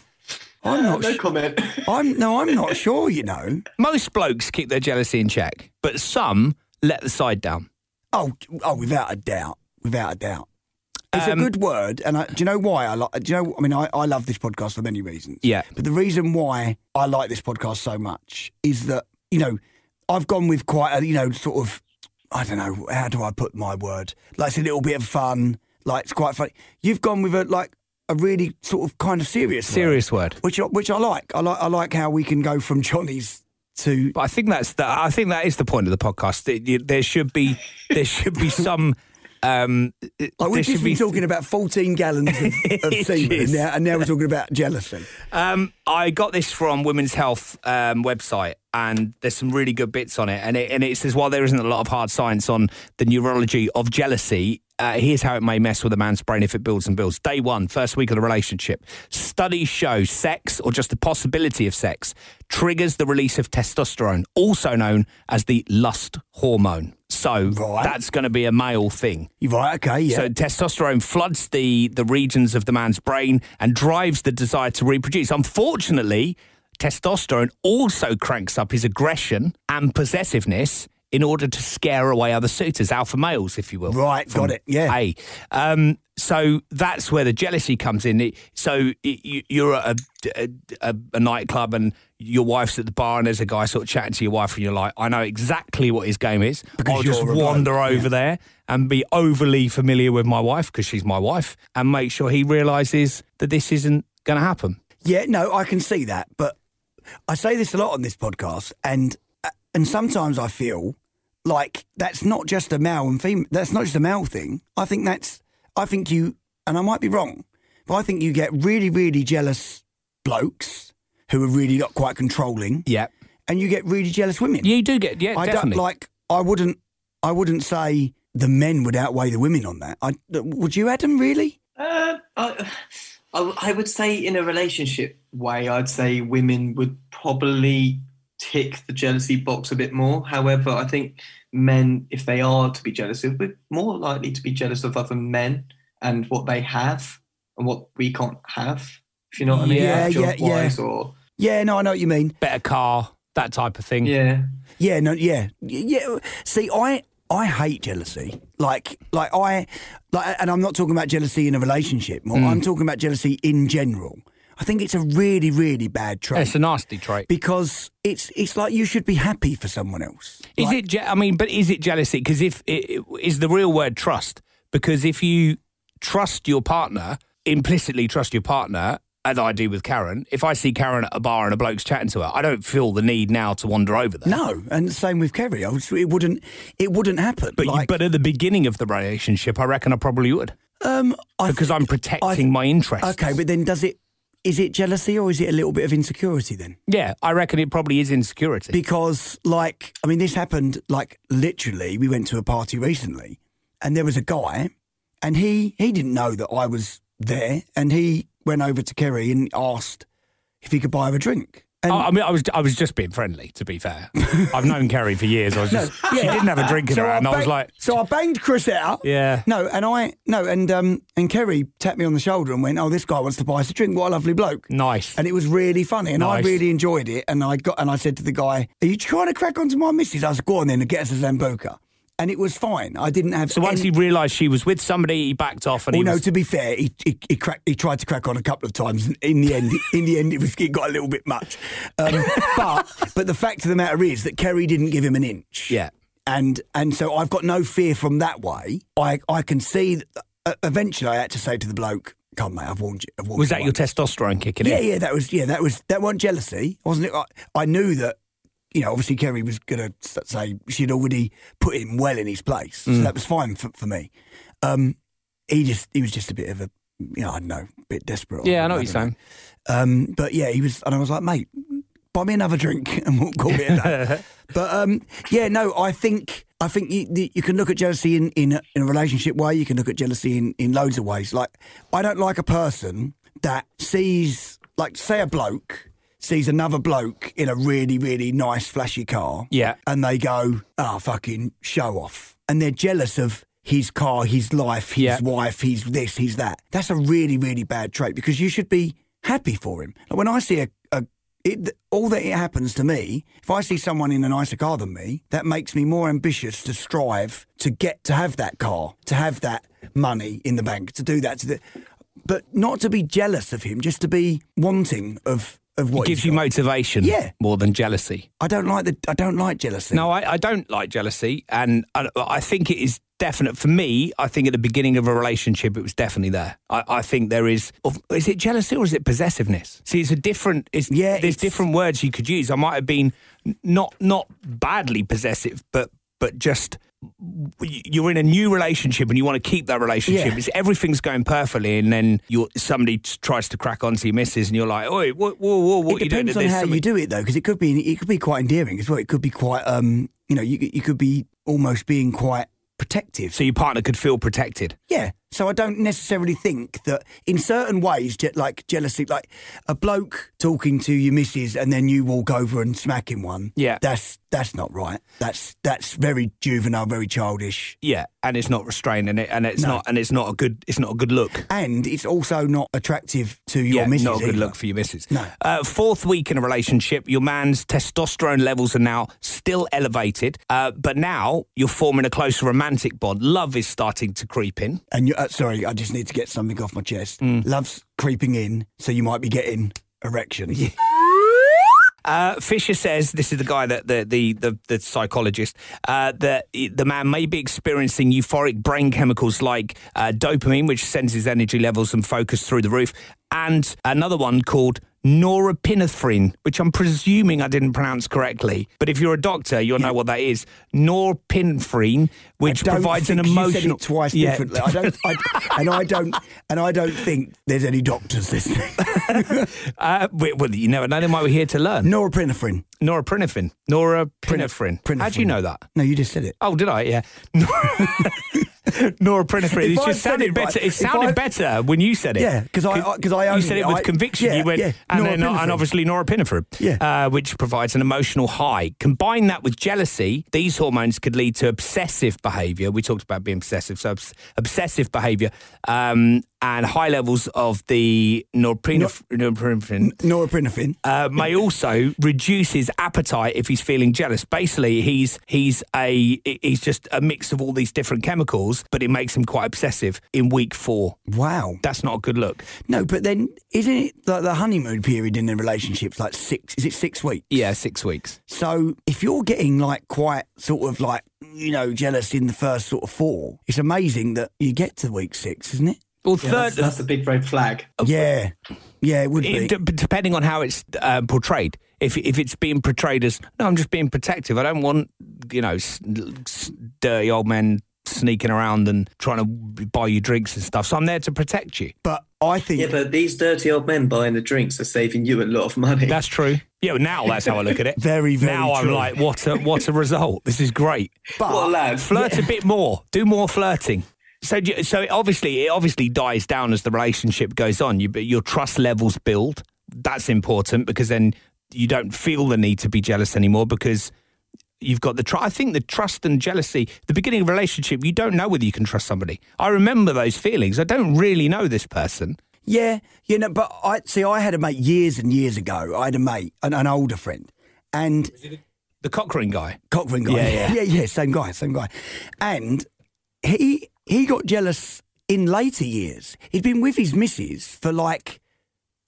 Speaker 2: I'm not.
Speaker 3: No
Speaker 2: Sh-
Speaker 3: comment.
Speaker 2: I'm no. I'm not sure. You know.
Speaker 1: Most blokes keep their jealousy in check, but some let the side down.
Speaker 2: Oh, oh, without a doubt, without a doubt. It's
Speaker 1: Um,
Speaker 2: a good word, and I, do you know why I like? Do you know? I mean, I, I love this podcast for many reasons.
Speaker 1: Yeah.
Speaker 2: but the reason why I like this podcast so much is that you know I've gone with quite a you know sort of I don't know how do I put my word like it's a little bit of fun, like it's quite funny. You've gone with a like a really sort of kind of serious, word,
Speaker 1: Serious word.
Speaker 2: which I, which I like. I like I like how we can go from Johnny's to
Speaker 1: But I think that's the, I think that is the point of the podcast. That you- There should be there should be some. Um,
Speaker 2: Like
Speaker 1: there
Speaker 2: we've
Speaker 1: should
Speaker 2: just been
Speaker 1: be-
Speaker 2: talking about 14 gallons of, of semen,
Speaker 1: Yes.
Speaker 2: and now, and now we're talking about jealousy.
Speaker 1: Um, I got this from Women's Health um, website, and there's some really good bits on it. And it, and it says while there isn't a lot of hard science on the neurology of jealousy, uh, here's how it may mess with a man's brain if it builds and builds. Day one, first week of the relationship, studies show sex or just the possibility of sex triggers the release of testosterone, also known as the lust hormone. So
Speaker 2: Right.
Speaker 1: that's going to be a male thing.
Speaker 2: You're right, okay, yeah.
Speaker 1: So testosterone floods the the regions of the man's brain and drives the desire to reproduce. Unfortunately, testosterone also cranks up his aggression and possessiveness in order to scare away other suitors, alpha males, if you will.
Speaker 2: Right, got
Speaker 1: from
Speaker 2: it, yeah.
Speaker 1: A. Um, so that's where the jealousy comes in. It, so it, you, you're at a, a, a nightclub and your wife's at the bar, and there's a guy sort of chatting to your wife, and you're like, I know exactly what his game is.
Speaker 2: Because
Speaker 1: I'll just
Speaker 2: you're a bloke,
Speaker 1: wander
Speaker 2: yeah.
Speaker 1: over there and be overly familiar with my wife because she's my wife and make sure he realizes that this isn't going to happen.
Speaker 2: Yeah, no, I can see that, but I say this a lot on this podcast, and uh, and sometimes I feel like that's not just a male and female. That's not just a male thing. I think that's. I think you, and I might be wrong, but I think you get really, really jealous blokes who are really not quite controlling,
Speaker 1: Yeah.
Speaker 2: and you get really jealous women.
Speaker 1: You do get, yeah,
Speaker 2: I
Speaker 1: definitely.
Speaker 2: don't like. I wouldn't. I wouldn't say the men would outweigh the women on that. I, would you, Adam? Really?
Speaker 3: Uh, I, I, I would say in a relationship way, I'd say women would probably tick the jealousy box a bit more. However, I think men, if they are to be jealous, of, we're more likely to be jealous of other men and what they have and what we can't have. If you know what I mean,
Speaker 2: Yeah, yeah, yeah.
Speaker 3: job-wise or
Speaker 2: Yeah. No, I know what you mean.
Speaker 1: Better car, that type of thing.
Speaker 3: yeah.
Speaker 2: Yeah, no, yeah, Y- yeah. See, I I hate jealousy. Like, like I, like, and I'm not talking about jealousy in a relationship.
Speaker 1: Hmm.
Speaker 2: More, I'm talking about jealousy in general. I think it's a really, really bad trait
Speaker 1: It's a nasty trait.
Speaker 2: because it's it's like you should be happy for someone else.
Speaker 1: Is
Speaker 2: Like,
Speaker 1: it? Je- I mean, but is it jealousy? Because if i- i- is the real word trust? Because if you trust your partner, implicitly trust your partner, as I do with Karen. If I see Karen at a bar and a bloke's chatting to her, I don't feel the need now to wander over there.
Speaker 2: No, and the same with Kerry. I was, it wouldn't it wouldn't happen.
Speaker 1: But, you,
Speaker 2: like,
Speaker 1: but at the beginning of the relationship, I reckon I probably would
Speaker 2: um, I
Speaker 1: because
Speaker 2: th-
Speaker 1: I'm protecting my interests.
Speaker 2: okay. But then, does it is it jealousy or is it a little bit of insecurity then?
Speaker 1: Yeah, I reckon it probably is insecurity.
Speaker 2: because like i mean this happened like literally we went to a party recently and there was a guy and he he didn't know that i was there and he went over to kerry and asked if he could buy her a drink and
Speaker 1: I, I mean, I was I was just being friendly. To be fair, I've known Kerry for years. I was just she didn't have a drink in her, hand. I was
Speaker 2: bang-
Speaker 1: like,
Speaker 2: so I banged Chris out.
Speaker 1: Yeah.
Speaker 2: No, and I no, and um, and Kerry tapped me on the shoulder and went, "Oh, this guy wants to buy us a drink. What a lovely bloke!"
Speaker 1: nice.
Speaker 2: and it was really funny, and
Speaker 1: Nice.
Speaker 2: I really enjoyed it. And I got and I said to the guy, "Are you trying to crack onto my missus?" I was "Go on then and get us a Zamboka," and it was fine. I didn't have
Speaker 1: So once
Speaker 2: any-
Speaker 1: he realised she was with somebody, he backed off and
Speaker 2: Well,
Speaker 1: he
Speaker 2: no,
Speaker 1: was,
Speaker 2: to be fair, he he, he, crack, he tried to crack on a couple of times. and In the end, in the end, it was it got a little bit much. Um, but but the fact of the matter is that Kerry didn't give him an inch.
Speaker 1: yeah.
Speaker 2: and and so I've got no fear from that way. I I can see. That, uh, eventually, I had to say to the bloke, "Come, mate, I've warned you." I've warned
Speaker 1: Was
Speaker 2: you
Speaker 1: that your
Speaker 2: once."
Speaker 1: testosterone kicking
Speaker 2: Yeah,
Speaker 1: in?
Speaker 2: yeah, that was yeah, that was that wasn't jealousy, wasn't it? I, I knew that, you know, obviously Kerry was gonna s- say she'd already put him well in his place,
Speaker 1: Mm.
Speaker 2: so that was fine for, for me. Um, he just he was just a bit of a, you know, I don't know, bit desperate.
Speaker 1: Yeah, I know what you're
Speaker 2: don't
Speaker 1: saying.
Speaker 2: Um, but yeah, he was, and I was like, mate, buy me another drink, and we'll call it a day. but um, yeah, no, I think. I think you, the- you can look at jealousy in, in, a, in a relationship way. You can look at jealousy in, in loads of ways. Like, I don't like a person that sees, like, say a bloke sees another bloke in a really, really nice, flashy car.
Speaker 1: Yeah.
Speaker 2: And they go, ah, fucking show off. And they're jealous of his car, his life, his
Speaker 1: Yeah.
Speaker 2: wife, he's this, he's that. That's a really, really bad trait because you should be happy for him. Like when I see a, a it, all that it happens to me, if I see someone in a nicer car than me, that makes me more ambitious to strive to get to have that car, to have that money in the bank, to do that. To the, but not to be jealous of him, just to be wanting of of what
Speaker 1: It gives
Speaker 2: he's
Speaker 1: you
Speaker 2: got.
Speaker 1: motivation
Speaker 2: Yeah.
Speaker 1: more than jealousy.
Speaker 2: I don't like the. I don't like jealousy.
Speaker 1: No, I, I don't like jealousy. And I, I think it is definite. For me, I think at the beginning of a relationship, it was definitely there. I, I think there is, of- is it jealousy or is it possessiveness? See, it's a different, it's,
Speaker 2: Yeah,
Speaker 1: there's
Speaker 2: it's-
Speaker 1: different words you could use. I might have been n- not, not badly possessive, but, but just you're in a new relationship and you want to keep that relationship.
Speaker 2: Yeah.
Speaker 1: It's everything's going perfectly, and then you're, somebody t- tries to crack onto your missus, and you're like, "Oi, whoa, whoa, whoa, what
Speaker 2: it
Speaker 1: you doing?"
Speaker 2: depends on
Speaker 1: There's
Speaker 2: how
Speaker 1: something-
Speaker 2: you do it though, because it could be it could be quite endearing as well. It could be quite um, you know, you you could be almost being quite protective.
Speaker 1: so your partner could feel protected.
Speaker 2: yeah, So I don't necessarily think that in certain ways, je- like jealousy, like a bloke talking to your missus and then you walk over and smack him one.
Speaker 1: Yeah.
Speaker 2: that's that's not right. That's that's very juvenile, very childish,
Speaker 1: Yeah, and it's not restrained, and it and it's not and it's not a good it's not a good look.
Speaker 2: and it's also not attractive to your
Speaker 1: yeah,
Speaker 2: missus.
Speaker 1: not a good
Speaker 2: either.
Speaker 1: look for your missus.
Speaker 2: No.
Speaker 1: Uh, fourth week in a relationship, your man's testosterone levels are now still elevated, uh, but now you're forming a closer romantic bond. Love is starting to creep in.
Speaker 2: And you, uh, sorry, I just need to get something off my chest.
Speaker 1: Mm.
Speaker 2: Love's creeping in, so you might be getting erections.
Speaker 1: Uh, Fisher says this is the guy that the the the, the psychologist uh, that the man may be experiencing euphoric brain chemicals like uh, dopamine, which sends his energy levels and focus through the roof, and another one called norepinephrine, which I'm presuming I didn't pronounce correctly. But if you're a doctor, you'll know what that is. Norepinephrine, which
Speaker 2: I don't
Speaker 1: provides an
Speaker 2: think you said it
Speaker 1: emotional
Speaker 2: twice
Speaker 1: Yeah.
Speaker 2: differently. I don't, I, and I don't, and I don't think there's any doctors listening.
Speaker 1: Uh, we- well, you never know. They might be here to learn.
Speaker 2: Norepinephrine.
Speaker 1: Norepinephrine. Norepinephrine. How do you
Speaker 2: Prinephrine.
Speaker 1: know that?
Speaker 2: No, you just said it.
Speaker 1: Oh, did I? Yeah. Norepinephrine.
Speaker 2: If
Speaker 1: It
Speaker 2: I
Speaker 1: just
Speaker 2: said
Speaker 1: sounded
Speaker 2: it right-
Speaker 1: better. It
Speaker 2: if
Speaker 1: sounded
Speaker 2: I-
Speaker 1: better when you said it.
Speaker 2: Yeah, 'cause I- I- 'cause I
Speaker 1: you
Speaker 2: owned
Speaker 1: said
Speaker 2: it.
Speaker 1: it with
Speaker 2: I-
Speaker 1: conviction.
Speaker 2: yeah,
Speaker 1: you went
Speaker 2: yeah.
Speaker 1: and then
Speaker 2: Norepinephrine.
Speaker 1: and obviously norepinephrine,
Speaker 2: Yeah.
Speaker 1: uh, which provides an emotional high. Combine that with jealousy, these hormones could lead to obsessive behaviour. We talked about being obsessive, so obs- obsessive behaviour um, and high levels of the norepineph- norepinephrine
Speaker 2: Norepinephrine.
Speaker 1: uh, may also reduce his appetite if he's feeling jealous. Basically, he's he's a he's just a mix of all these different chemicals, but it makes him quite obsessive in week four.
Speaker 2: Wow.
Speaker 1: That's not a good look.
Speaker 2: No, but then isn't it like the honeymoon period in a relationship's like six? Is it six weeks?
Speaker 1: Yeah, six weeks.
Speaker 2: So if you're getting like quite sort of like you know jealous in the first sort of four, it's amazing that you get to week six, isn't it?
Speaker 1: Well,
Speaker 3: Yeah,
Speaker 1: third,
Speaker 3: that's, that's the big red flag.
Speaker 2: Yeah, yeah, it would be.
Speaker 1: it, d- depending on how it's uh, portrayed. If if it's being portrayed as no, I'm just being protective. I don't want you know s- s- dirty old men sneaking around and trying to buy you drinks and stuff. So I'm there to protect you.
Speaker 2: But I think
Speaker 3: Yeah, but these dirty old men buying the drinks are saving you a lot of money.
Speaker 1: That's true. Yeah, well, now that's how I look at it.
Speaker 2: Very, very
Speaker 1: Now I'm
Speaker 2: true.
Speaker 1: like, what a what a result. This is great.
Speaker 2: but
Speaker 3: what a lad.
Speaker 1: Flirt a bit more. Do more flirting. So, do you- so it obviously, it obviously dies down as the relationship goes on. You, your trust levels build. That's important because then you don't feel the need to be jealous anymore because you've got the trust. I think the trust and jealousy, the beginning of a relationship, you don't know whether you can trust somebody. I remember those feelings. I don't really know this person.
Speaker 2: Yeah, you know, but I see. I had a mate years and years ago. I had a mate, an, an older friend, and
Speaker 1: The Cochrane guy.
Speaker 2: Cochrane guy.
Speaker 1: Yeah, yeah.
Speaker 2: yeah, yeah, same guy, same guy. And he he got jealous in later years. He'd been with his missus for like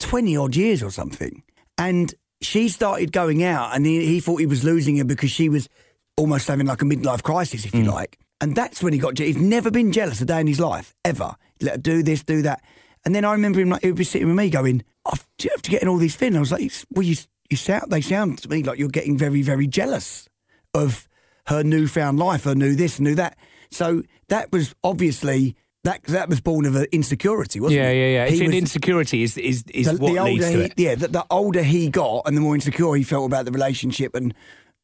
Speaker 2: twenty odd years or something, and she started going out, and he, he thought he was losing her because she was almost having like a midlife crisis, if you
Speaker 1: Mm.
Speaker 2: like. And that's when he got. je- He's never been jealous a day in his life ever. Let her do this, do that. And then I remember him like he would be sitting with me going, "Oh, "I've after getting all these things." I was like, "It's- "Well, you you sound they sound to me like you're getting very very jealous." of her newfound life, her new this, new that. So that was obviously that that was born of an insecurity, wasn't it?
Speaker 1: It's
Speaker 2: He
Speaker 1: an
Speaker 2: was-
Speaker 1: insecurity is is, is
Speaker 2: the,
Speaker 1: what
Speaker 2: the older
Speaker 1: leads to
Speaker 2: he,
Speaker 1: it.
Speaker 2: yeah, the, the older he got, and the more insecure he felt about the relationship, and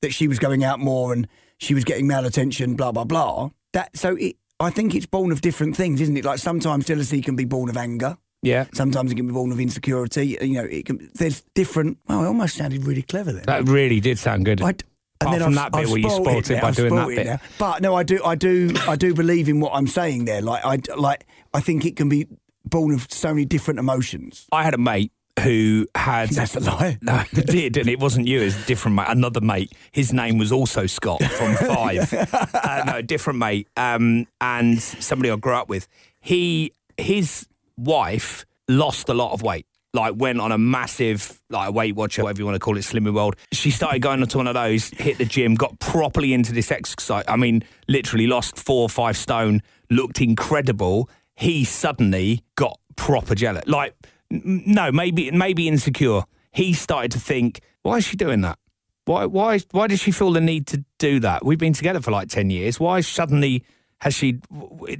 Speaker 2: that she was going out more, and she was getting male attention, blah blah blah. That so it, I think it's born of different things, isn't it? Like sometimes jealousy can be born of anger.
Speaker 1: Yeah.
Speaker 2: Sometimes it can be born of insecurity. You know, it can. There's different. Well, I almost sounded really clever there.
Speaker 1: That really did sound good.
Speaker 2: I d-
Speaker 1: Apart from that bit where you
Speaker 2: spoilt
Speaker 1: spoilt it
Speaker 2: now,
Speaker 1: by
Speaker 2: I've
Speaker 1: doing that
Speaker 2: spoilt it
Speaker 1: bit.
Speaker 2: now. But no, I do, I do, I do believe in what I'm saying there. Like I, d- like I think it can be born of so many different emotions.
Speaker 1: I had a mate who had.
Speaker 2: That's a lie.
Speaker 1: No, it did, and it wasn't you. It was a different mate, another mate. His name was also Scott from Five. uh, no, different mate, um, and somebody I grew up with. He, his wife, lost a lot of weight. Like went on a massive like Weight Watcher, whatever you want to call it, Slimming World. She started going onto one of those, hit the gym, got properly into this exercise. I mean, literally lost four or five stone, looked incredible. He suddenly got proper jealous. Like, n- no, maybe maybe insecure. He started to think, why is she doing that? Why why why does she feel the need to do that? We've been together for like ten years. Why suddenly has she?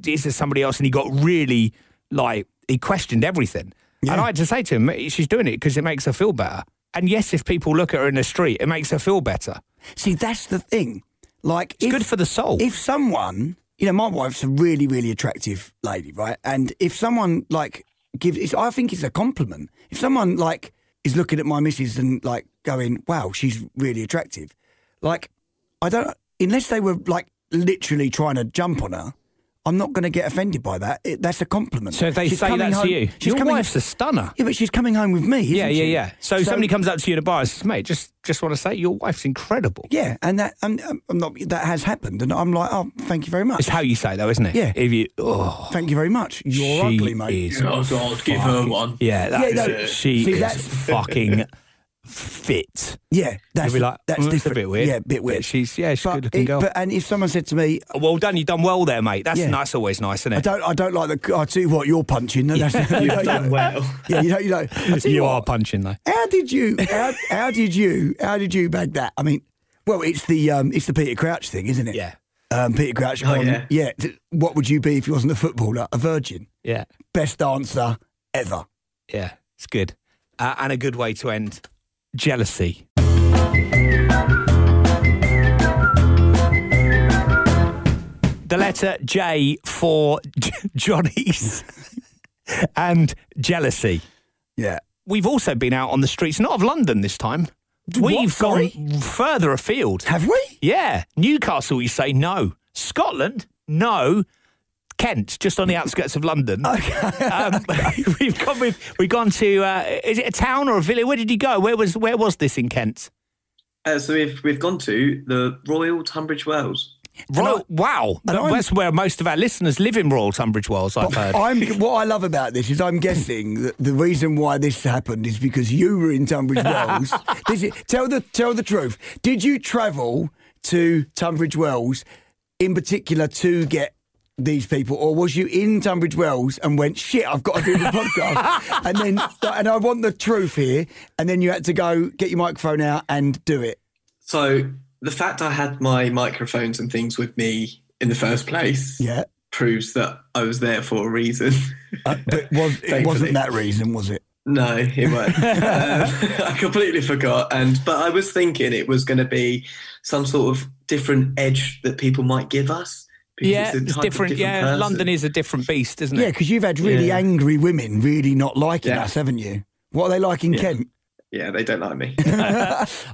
Speaker 1: Is there somebody else? And he got really like he questioned everything. And I had to say to him, she's doing it because it makes her feel better. And yes, if people look at her in the street, it makes her feel better.
Speaker 2: See, that's the thing. Like
Speaker 1: It's
Speaker 2: if,
Speaker 1: good for the soul.
Speaker 2: If someone you know, my wife's a really, really attractive lady, right? And if someone like gives, it's, I think it's a compliment. If someone like is looking at my missus and like going, "Wow, she's really attractive," like I don't, unless they were like literally trying to jump on her. I'm not going to get offended by that. It, that's a compliment.
Speaker 1: So if they
Speaker 2: She's
Speaker 1: say
Speaker 2: coming
Speaker 1: that
Speaker 2: home-
Speaker 1: to you,
Speaker 2: she's
Speaker 1: your
Speaker 2: coming,
Speaker 1: wife's a stunner.
Speaker 2: yeah, but she's coming home with me. Isn't
Speaker 1: Yeah, yeah,
Speaker 2: she?
Speaker 1: yeah. So, somebody comes up to you in a bar and says, "Mate, just just want to say your wife's incredible."
Speaker 2: Yeah, and that and um, I'm not that has happened, and I'm like, oh, thank you very much.
Speaker 1: It's how you say it, though, isn't it?
Speaker 2: Yeah.
Speaker 1: If you, oh,
Speaker 2: thank you very much. You're
Speaker 1: she
Speaker 2: ugly, mate.
Speaker 1: Is
Speaker 6: Oh, God, give her one.
Speaker 1: Yeah, that
Speaker 2: Yeah,
Speaker 1: is
Speaker 2: no,
Speaker 1: it. she
Speaker 2: see,
Speaker 1: is
Speaker 2: that's-
Speaker 1: fucking fit.
Speaker 2: Yeah, that's
Speaker 1: You'd be like,
Speaker 2: that's
Speaker 1: "Mm, it's
Speaker 2: different.
Speaker 1: a bit weird.
Speaker 2: Yeah, bit
Speaker 1: But
Speaker 2: weird.
Speaker 1: she's yeah, she's a
Speaker 2: But
Speaker 1: good looking
Speaker 2: it-
Speaker 1: girl.
Speaker 2: But and if someone said to me,
Speaker 1: well done, you've done well there, mate. That's
Speaker 2: Yeah.
Speaker 1: that's always nice, isn't
Speaker 2: I
Speaker 1: it?
Speaker 2: don't, I don't like the. I tell you what, you're punching. No, that's, you know,
Speaker 3: You've done well.
Speaker 2: yeah, you know, you know. I tell you,
Speaker 1: You
Speaker 2: what,
Speaker 1: are punching though.
Speaker 2: How did you? How, how did you? How did you bag that? I mean, well, it's the um, it's the Peter Crouch thing, isn't it?
Speaker 1: Yeah,
Speaker 2: Um, Peter Crouch.
Speaker 3: Oh,
Speaker 2: on-
Speaker 3: yeah.
Speaker 2: th- What would you be if you wasn't a footballer? A virgin.
Speaker 1: yeah,
Speaker 2: Best answer ever.
Speaker 1: yeah. It's good uh, and a good way to end jealousy. The letter J for J- Johnny's and jealousy.
Speaker 2: Yeah.
Speaker 1: We've also been out on the streets, not of London this time.
Speaker 2: what?
Speaker 1: We've
Speaker 2: Sorry?
Speaker 1: gone further afield.
Speaker 2: Have we?
Speaker 1: Yeah. Newcastle, you say no. Scotland, no. Kent, just on the outskirts of London. Um, we've gone. We've, we've gone to. Uh, is it a town or a village? Where did you go? Where was Where was this in Kent?
Speaker 3: Uh, so we've we've gone to the Royal Tunbridge Wells.
Speaker 1: Royal, wow,
Speaker 2: and I'm-
Speaker 1: that's where most of our listeners live in Royal Tunbridge Wells. I've heard.
Speaker 2: I'm what I love about this is I'm guessing that the reason why this happened is because you were in Tunbridge Wells. Did you- tell the tell the truth. Did you travel to Tunbridge Wells in particular to get these people, or was you in Tunbridge Wells and went shit? I've got to do the podcast, and then and I want the truth here, and then you had to go get your microphone out and do it.
Speaker 3: So the fact I had my microphones and things with me in the first place
Speaker 2: Yeah,
Speaker 3: proves that I was there for a reason.
Speaker 2: Uh, but was, it
Speaker 3: Thankfully.
Speaker 2: wasn't that reason, was it?
Speaker 3: No, it won't. um, I completely forgot, and but I was thinking it was going to be some sort of different edge that people might give us. because
Speaker 1: yeah,
Speaker 3: the
Speaker 1: it's
Speaker 3: type of
Speaker 1: different. Yeah,
Speaker 3: person.
Speaker 1: London is a different beast, isn't
Speaker 2: Yeah,
Speaker 1: it?
Speaker 2: because you've had really
Speaker 3: Yeah.
Speaker 2: angry women really not liking
Speaker 3: Yeah.
Speaker 2: us, haven't you? What are they like in Kent?
Speaker 3: Yeah, they don't like me.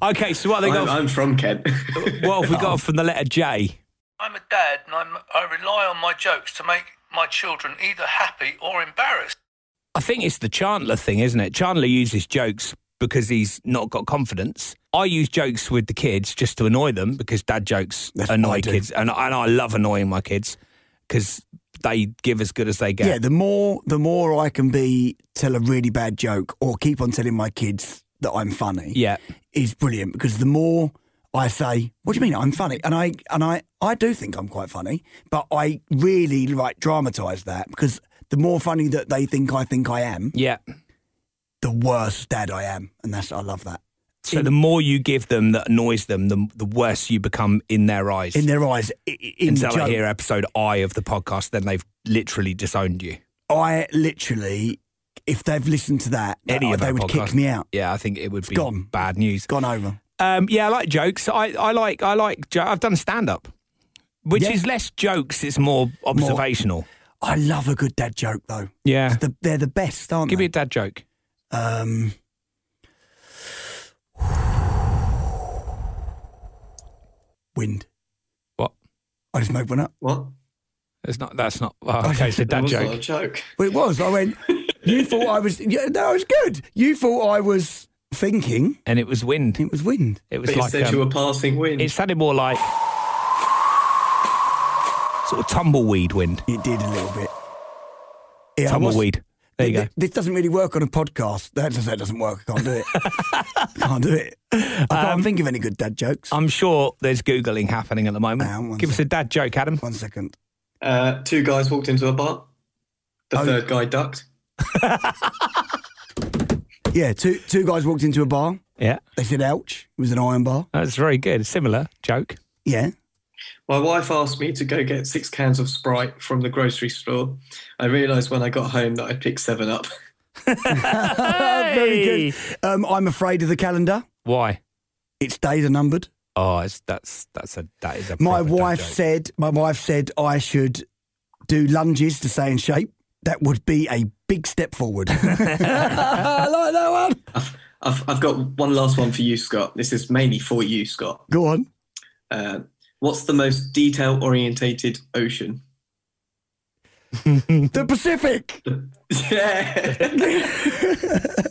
Speaker 1: Okay, so what have they
Speaker 3: I'm,
Speaker 1: got?
Speaker 3: I'm from Kent.
Speaker 1: what have we got from the letter J?
Speaker 7: I'm a dad and I'm, I rely on my jokes to make my children either happy or embarrassed.
Speaker 1: I think it's the Chandler thing, isn't it? Chandler uses jokes because he's not got confidence. I use jokes with the kids just to annoy them because dad jokes
Speaker 2: That's what I
Speaker 1: annoy
Speaker 2: do.
Speaker 1: kids, and and I love annoying my kids because they give as good as they get.
Speaker 2: Yeah, the more the more I can be tell a really bad joke or keep on telling my kids that I'm funny
Speaker 1: Yeah.
Speaker 2: is brilliant because the more I say, "What do you mean I'm funny?" and I and I I do think I'm quite funny, but I really like dramatize that because the more funny that they think I think I am,
Speaker 1: yeah.
Speaker 2: the worse dad I am, and that's I love that.
Speaker 1: So the more you give them that annoys them, the, the worse you become in their eyes.
Speaker 2: In their eyes, i- i- in the
Speaker 1: Until
Speaker 2: joke,
Speaker 1: I hear episode I of the podcast, then they've literally disowned you.
Speaker 2: I literally, if they've listened to that,
Speaker 1: Any
Speaker 2: they,
Speaker 1: of
Speaker 2: they
Speaker 1: our
Speaker 2: would
Speaker 1: podcasts.
Speaker 2: kick me out.
Speaker 1: Yeah, I think it would be
Speaker 2: gone.
Speaker 1: bad news.
Speaker 2: Gone over.
Speaker 1: Um, yeah, I like jokes. I, I like I like. Jo- I've done stand up, which
Speaker 2: Yeah.
Speaker 1: is less jokes. It's more observational.
Speaker 2: I love a good dad joke though.
Speaker 1: Yeah,
Speaker 2: It's the- they're the best, aren't
Speaker 1: give me
Speaker 2: they?
Speaker 1: a dad joke.
Speaker 2: um, wind.
Speaker 1: What?
Speaker 2: I just made one up.
Speaker 3: what?
Speaker 1: That's not. That's not. oh, okay, it's a dad
Speaker 3: That was not a
Speaker 1: joke.
Speaker 3: joke.
Speaker 2: Well, it was. I went. You thought I was. Yeah, no, it was good. You thought I was thinking.
Speaker 1: And it was wind.
Speaker 2: It was wind.
Speaker 1: It was
Speaker 3: But
Speaker 1: like.
Speaker 3: instead, you
Speaker 1: um,
Speaker 3: were passing wind.
Speaker 1: it sounded more like sort of tumbleweed wind.
Speaker 2: It did a little bit. Yeah, I was-
Speaker 1: Tumbleweed. There you go.
Speaker 2: Th- This doesn't really work on a podcast. That, just, that doesn't work. I can't do it. can't do it. I can't
Speaker 1: Um,
Speaker 2: think of any good dad jokes.
Speaker 1: I'm sure there's googling happening at the moment.
Speaker 2: Hang on one
Speaker 1: Give us a dad joke, Adam.
Speaker 2: One second.
Speaker 3: Uh, two guys walked into a bar. The
Speaker 2: Oh.
Speaker 3: third guy ducked.
Speaker 2: Yeah, two two guys walked into a bar.
Speaker 1: Yeah,
Speaker 2: They said, "Ouch!" It was an iron bar.
Speaker 1: that's very good. Similar joke.
Speaker 2: Yeah.
Speaker 3: My wife asked me to go get six cans of Sprite from the grocery store. I realised when I got home that I picked seven up.
Speaker 2: Very
Speaker 1: Hey!
Speaker 2: good. Um, I'm afraid of the calendar.
Speaker 1: Why?
Speaker 2: Its days are numbered.
Speaker 1: Oh, it's, that's that's a that is a
Speaker 2: My
Speaker 1: proper dad
Speaker 2: wife
Speaker 1: joke.
Speaker 2: said, my wife said I should do lunges to stay in shape. That would be a big step forward. I like that one.
Speaker 3: I've, I've got one last one for you, Scott. This is mainly for you, Scott.
Speaker 2: Go on.
Speaker 3: Uh, what's the most detail orientated ocean?
Speaker 2: the Pacific.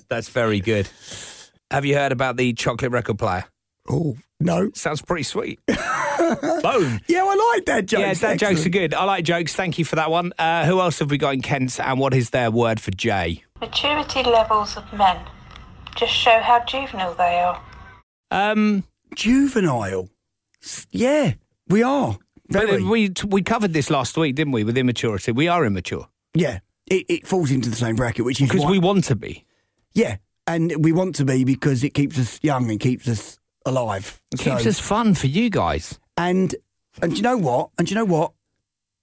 Speaker 1: That's very good. Have you heard about the chocolate record player?
Speaker 2: Oh no,
Speaker 1: sounds pretty sweet. Boom.
Speaker 2: Yeah, I like that joke.
Speaker 1: Yeah, that jokes are good. I like jokes. Thank you for that one. Uh, who else have we got in Kent? And what is their word for J?
Speaker 9: Maturity levels of men just show how juvenile they are.
Speaker 1: Um,
Speaker 2: juvenile. Yeah, we are.
Speaker 1: But uh, we we covered this last week, didn't we? With immaturity, we are immature
Speaker 2: Yeah, it, it falls into the same bracket, which is
Speaker 1: because
Speaker 2: why-
Speaker 1: we want to be.
Speaker 2: yeah, and we want to be because it keeps us young and keeps us alive.
Speaker 1: It keeps us fun for you guys.
Speaker 2: And and do you know what? And do you know what?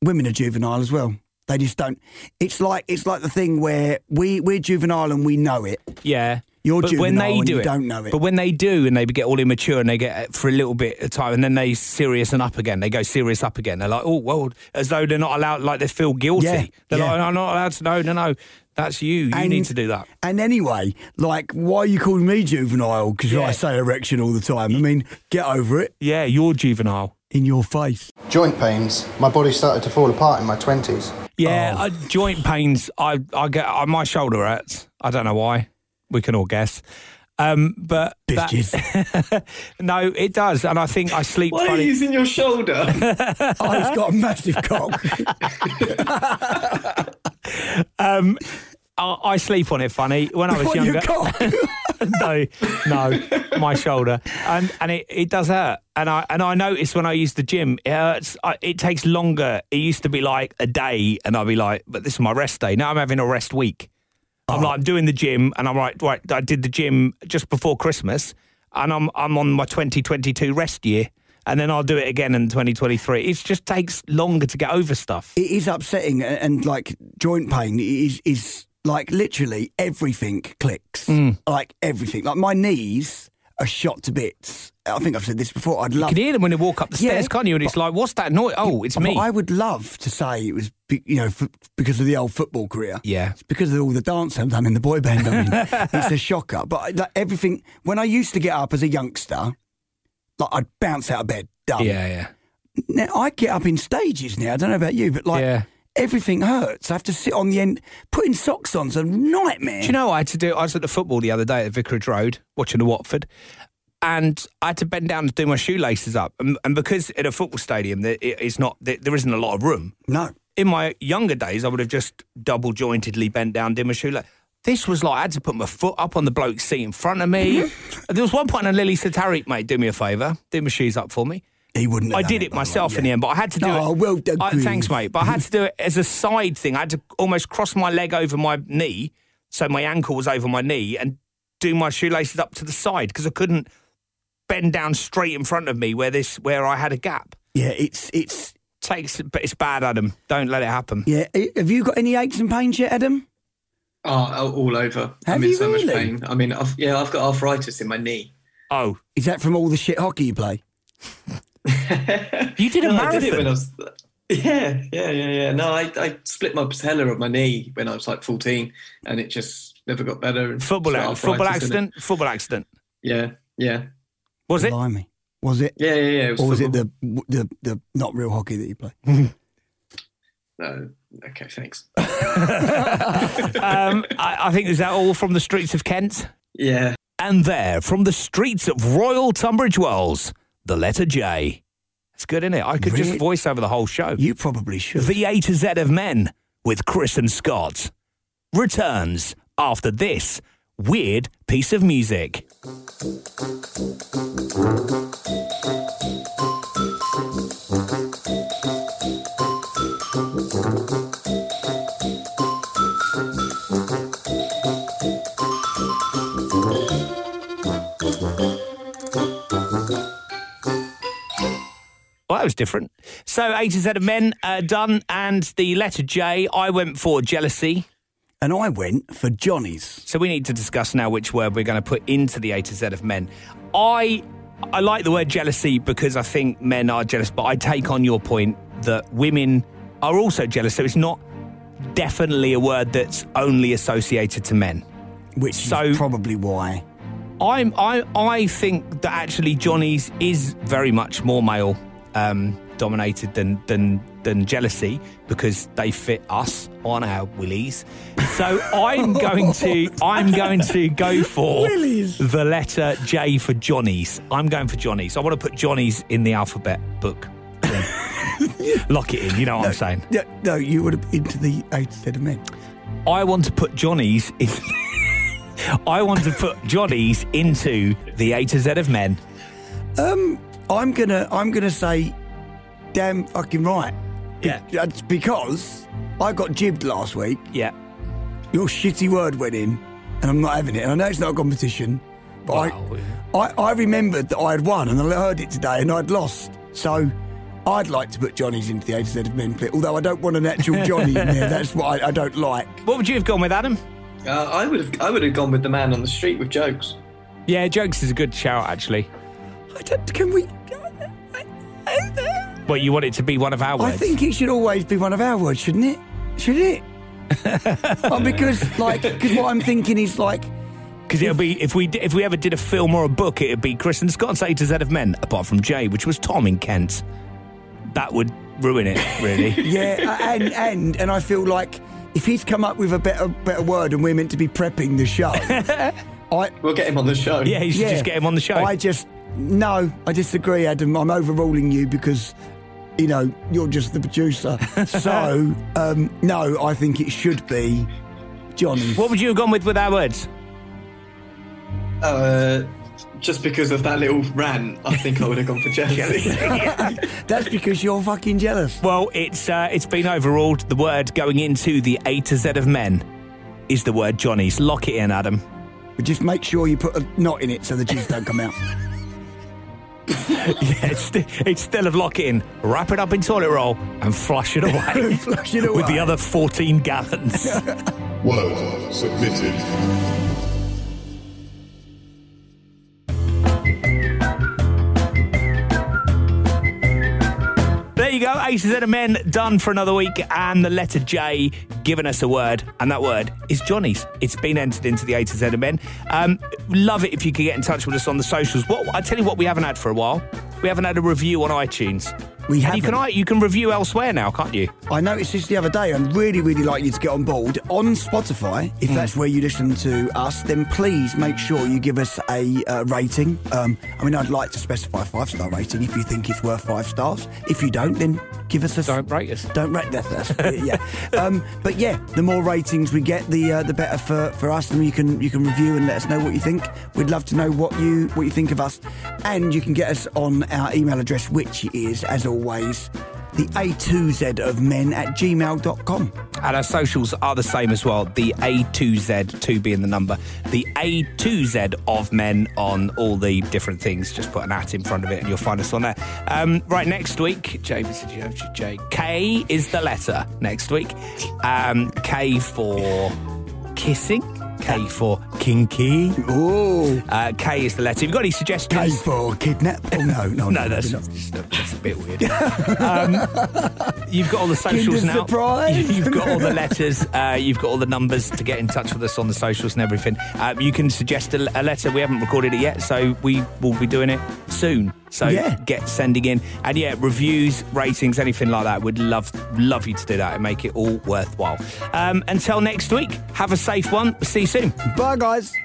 Speaker 2: Women are juvenile as well. They just don't. It's like it's like the thing where we we're juvenile and we know it.
Speaker 1: Yeah.
Speaker 2: You're
Speaker 1: but when
Speaker 2: juvenile
Speaker 1: they
Speaker 2: and
Speaker 1: do
Speaker 2: you
Speaker 1: it,
Speaker 2: don't know it.
Speaker 1: But when they do, and they get all immature, and they get it for a little bit of time, and then they serious and up again. They go serious up again. They're like, oh, well, as though they're not allowed, like they feel guilty.
Speaker 2: Yeah,
Speaker 1: They're
Speaker 2: yeah.
Speaker 1: like, I'm not allowed to. No, no, no. That's you. You
Speaker 2: And-
Speaker 1: need to do that.
Speaker 2: And anyway, like, why are you calling me juvenile? Because I say erection all the time. I mean, get over it.
Speaker 1: Yeah, you're juvenile.
Speaker 2: In your face.
Speaker 11: Joint pains. My body started to fall apart in my 20s.
Speaker 1: Yeah, uh, joint pains. I, I get uh, my shoulder hurts. I don't know why. We can all guess. Um, but that- no, it does, and I think I sleep.
Speaker 3: Why are
Speaker 1: funny.
Speaker 3: you using your shoulder?
Speaker 2: oh, he's got a massive cock.
Speaker 1: Um, I, I sleep on it funny when I was
Speaker 2: What,
Speaker 1: younger.
Speaker 2: your cock?
Speaker 1: no, no, my shoulder, and and it, it does hurt. And I and I noticed when I used the gym, it hurts. I, it takes longer. It used to be like a day, and I'd be like, but this is my rest day. Now I'm having a rest week. I'm like, I'm doing the gym, and I'm like, right, I did the gym just before Christmas, and I'm I'm on my 2022 rest year, and then I'll do it again in 2023. It just takes longer to get over stuff.
Speaker 2: It is upsetting, and, and like joint pain is is like literally everything clicks,
Speaker 1: Mm.
Speaker 2: like everything. Like my knees are shot to bits. I think I've said this before. I'd love
Speaker 1: You can hear them when they walk up the
Speaker 2: Yeah,
Speaker 1: stairs, can't you? And it's like, what's that noise? Oh, it's
Speaker 2: But
Speaker 1: me.
Speaker 2: I would love to say it was, be- you know, f because of the old football career.
Speaker 1: Yeah.
Speaker 2: It's because of all the dance I've done in the boy band. I mean, it's a shocker. But I- like, everything, when I used to get up as a youngster, like I'd bounce out of bed, done.
Speaker 1: Yeah, yeah.
Speaker 2: Now I get up in stages now. I don't know about you, but like everything hurts. I have to sit on the end. Putting socks on's a nightmare.
Speaker 1: Do you know what I had to do? I was at the football the other day at Vicarage Road watching the Watford, and I had to bend down to do my shoelaces up. And, and because in a football stadium, there, it- it's not there, there isn't a lot of room.
Speaker 2: No.
Speaker 1: In my younger days, I would have just double jointedly bent down, did my shoelace. This was like I had to put my foot up on the bloke's seat in front of me. there was one point, and Lily said, "Tariq, mate, do me a favour, do my shoes up for me."
Speaker 2: He wouldn't. have
Speaker 1: I
Speaker 2: done
Speaker 1: did
Speaker 2: it,
Speaker 1: it
Speaker 2: by the way,
Speaker 1: myself in
Speaker 2: yeah.
Speaker 1: the end, but I had to do
Speaker 2: Oh,
Speaker 1: it.
Speaker 2: well done,
Speaker 1: I-
Speaker 2: Chris.
Speaker 1: thanks, mate. But I had to do it as a side thing. I had to almost cross my leg over my knee, so my ankle was over my knee, and do my shoelaces up to the side because I couldn't bend down straight in front of me where this where I had a gap.
Speaker 2: Yeah, it's it's
Speaker 1: takes, but it's bad, Adam. Don't let it happen.
Speaker 2: Yeah. eh, Have you got any aches and pains yet, Adam?
Speaker 3: Oh, all over.
Speaker 2: Have
Speaker 3: I'm in
Speaker 2: you
Speaker 3: so
Speaker 2: really?
Speaker 3: much pain. I mean, I've, yeah, I've got arthritis in my knee.
Speaker 1: Oh,
Speaker 2: Is that from all the shit hockey you play?
Speaker 1: you did a
Speaker 3: No, I
Speaker 1: marathon.
Speaker 3: did it when I was. Yeah, yeah, yeah, yeah. No, I, I split my patella of my knee when I was like 14, and it just never got better. and
Speaker 1: football,
Speaker 3: it's got
Speaker 1: ac- football
Speaker 3: arthritis in it.
Speaker 1: accident. Football accident.
Speaker 3: Yeah, yeah,
Speaker 1: Was it?
Speaker 2: Blimey. Was it?
Speaker 3: yeah, yeah. yeah it was
Speaker 2: or was it
Speaker 3: football.
Speaker 2: the, the the not real hockey that you play?
Speaker 3: No. Oh, Okay, thanks.
Speaker 1: um, I, I think is that all from the streets of Kent.
Speaker 3: Yeah.
Speaker 1: And there, from the streets of Royal Tunbridge Wells, the letter J. That's good, isn't it? I could just
Speaker 2: Really?
Speaker 1: voice over the whole show.
Speaker 2: You probably should.
Speaker 1: The A to Z of Men with Chris and Scott returns after this weird piece of music. Well, that was different. So, A to Z of Men uh, done, and the letter J, I went for jealousy.
Speaker 2: And I went for Johnny's.
Speaker 1: So, we need to discuss now which word we're going to put into the A to Z of Men. I I like the word jealousy because I think men are jealous, but I take on your point that women are also jealous. So it's not definitely a word that's only associated to men.
Speaker 2: Which is probably why.
Speaker 1: I'm, I, I think that actually Johnny's is very much more male um, dominated than, than, than jealousy because they fit us on our willies. So I'm going to I'm going to go for
Speaker 2: Willies.
Speaker 1: the letter J for Johnny's. I'm going for Johnny's. I want to put Johnny's in the alphabet book. Lock it in. You know what I'm saying.
Speaker 2: No, no, you would have been to the eight instead of men.
Speaker 1: I want to put Johnny's in. I want to put Johnny's into the A to Z of men.
Speaker 2: Um, I'm gonna I'm gonna say, damn fucking right. Be-
Speaker 1: Yeah.
Speaker 2: that's because I got jibbed last week.
Speaker 1: Yeah.
Speaker 2: Your shitty word went in, and I'm not having it. And I know it's not a competition, but
Speaker 1: Wow.
Speaker 2: I, I I remembered that I had won, and I heard it today, and I'd lost. So. I'd like to put Johnny's into the A to Z of Men, plate, although I don't want an actual Johnny in there. That's what I, I don't like.
Speaker 1: What would you have gone with, Adam?
Speaker 3: Uh, I would have I would have gone with the man on the street with jokes.
Speaker 1: Yeah, jokes is a good shout actually.
Speaker 2: I don't, can we?
Speaker 1: But you want it to be one of our
Speaker 2: I
Speaker 1: words.
Speaker 2: think it should always be one of our words, shouldn't it? Should it? oh, because like, because what I'm thinking is like,
Speaker 1: Because it'll be if we di- if we ever did a film or a book, it'd be Chris and Scott's A to Z of Men, apart from J, which was Tom in Kent. That would ruin it, really.
Speaker 2: yeah, a- and and and I feel like if he's come up with a better better word and we're meant to be prepping the show, I
Speaker 3: We'll get him on the show.
Speaker 1: yeah, you should just get him on the show.
Speaker 2: I just no, I disagree, Adam. I'm overruling you because you know you're just the producer. so um, no, I think it should be Johnny.
Speaker 1: what would you have gone with with our words?
Speaker 3: Uh, just because of that little rant, I think I would have gone for jealousy.
Speaker 2: That's because you're fucking jealous.
Speaker 1: Well, it's uh, it's been overruled. The word going into the A to Z of Men is the word Johnny's. Lock it in, Adam.
Speaker 2: But just make sure you put a knot in it so the juice don't come out.
Speaker 1: yeah, it's, st- it's still of lock it in. Wrap it up in toilet roll and flush it away.
Speaker 2: Flush it away.
Speaker 1: With the other 14 gallons.
Speaker 12: Word submitted.
Speaker 1: There you go, Aces and Men done for another week, and the letter J giving us a word, and that word is Johnny's. It's been entered into the A to Z of Men. Um, love it if you could get in touch with us on the socials. What I tell you what, we haven't had for a while. We haven't had a review on iTunes.
Speaker 2: We
Speaker 1: And you can
Speaker 2: haven't.
Speaker 1: i- you can review elsewhere now, can't you?
Speaker 2: I noticed this the other day and really, really like you to get on board. On Spotify, if that's where you listen to us, then please make sure you give us a uh, rating. Um, I mean, I'd like to specify a five star rating if you think it's worth five stars. If you don't, then give us a. Don't
Speaker 1: rate us.
Speaker 2: Don't rate that. That's, yeah. um, but yeah, the more ratings we get, the uh, the better for, for us. And you can you can review and let us know what you think. We'd love to know what you what you think of us. And you can get us on our email address, which is, as always, the A2Z of men at gmail.com.
Speaker 1: And our socials are the same as well. The A2Z, 2 being the number. The A2Z of men on all the different things. Just put an at in front of it and you'll find us on there. Um, right, next week, J, J, J, K is the letter next week. Um, K for kissing. K for kinky.
Speaker 2: Ooh.
Speaker 1: Uh, K is the letter. Have you got any
Speaker 2: K
Speaker 1: suggestions?
Speaker 2: for kidnap. Oh, no, no,
Speaker 1: No, that's,
Speaker 2: we're not.
Speaker 1: that's a bit weird. um, you've got all the socials
Speaker 2: Kinder
Speaker 1: now.
Speaker 2: surprise.
Speaker 1: You've got all the letters. Uh, you've got all the numbers to get in touch with us on the socials and everything. Um, you can suggest a, a letter. We haven't recorded it yet, so we will be doing it soon. So
Speaker 2: Yeah.
Speaker 1: get sending in and yeah, reviews, ratings, anything like that. We'd love love you to do that and make it all worthwhile. Um, until next week, have a safe one. See you soon.
Speaker 2: Bye, guys.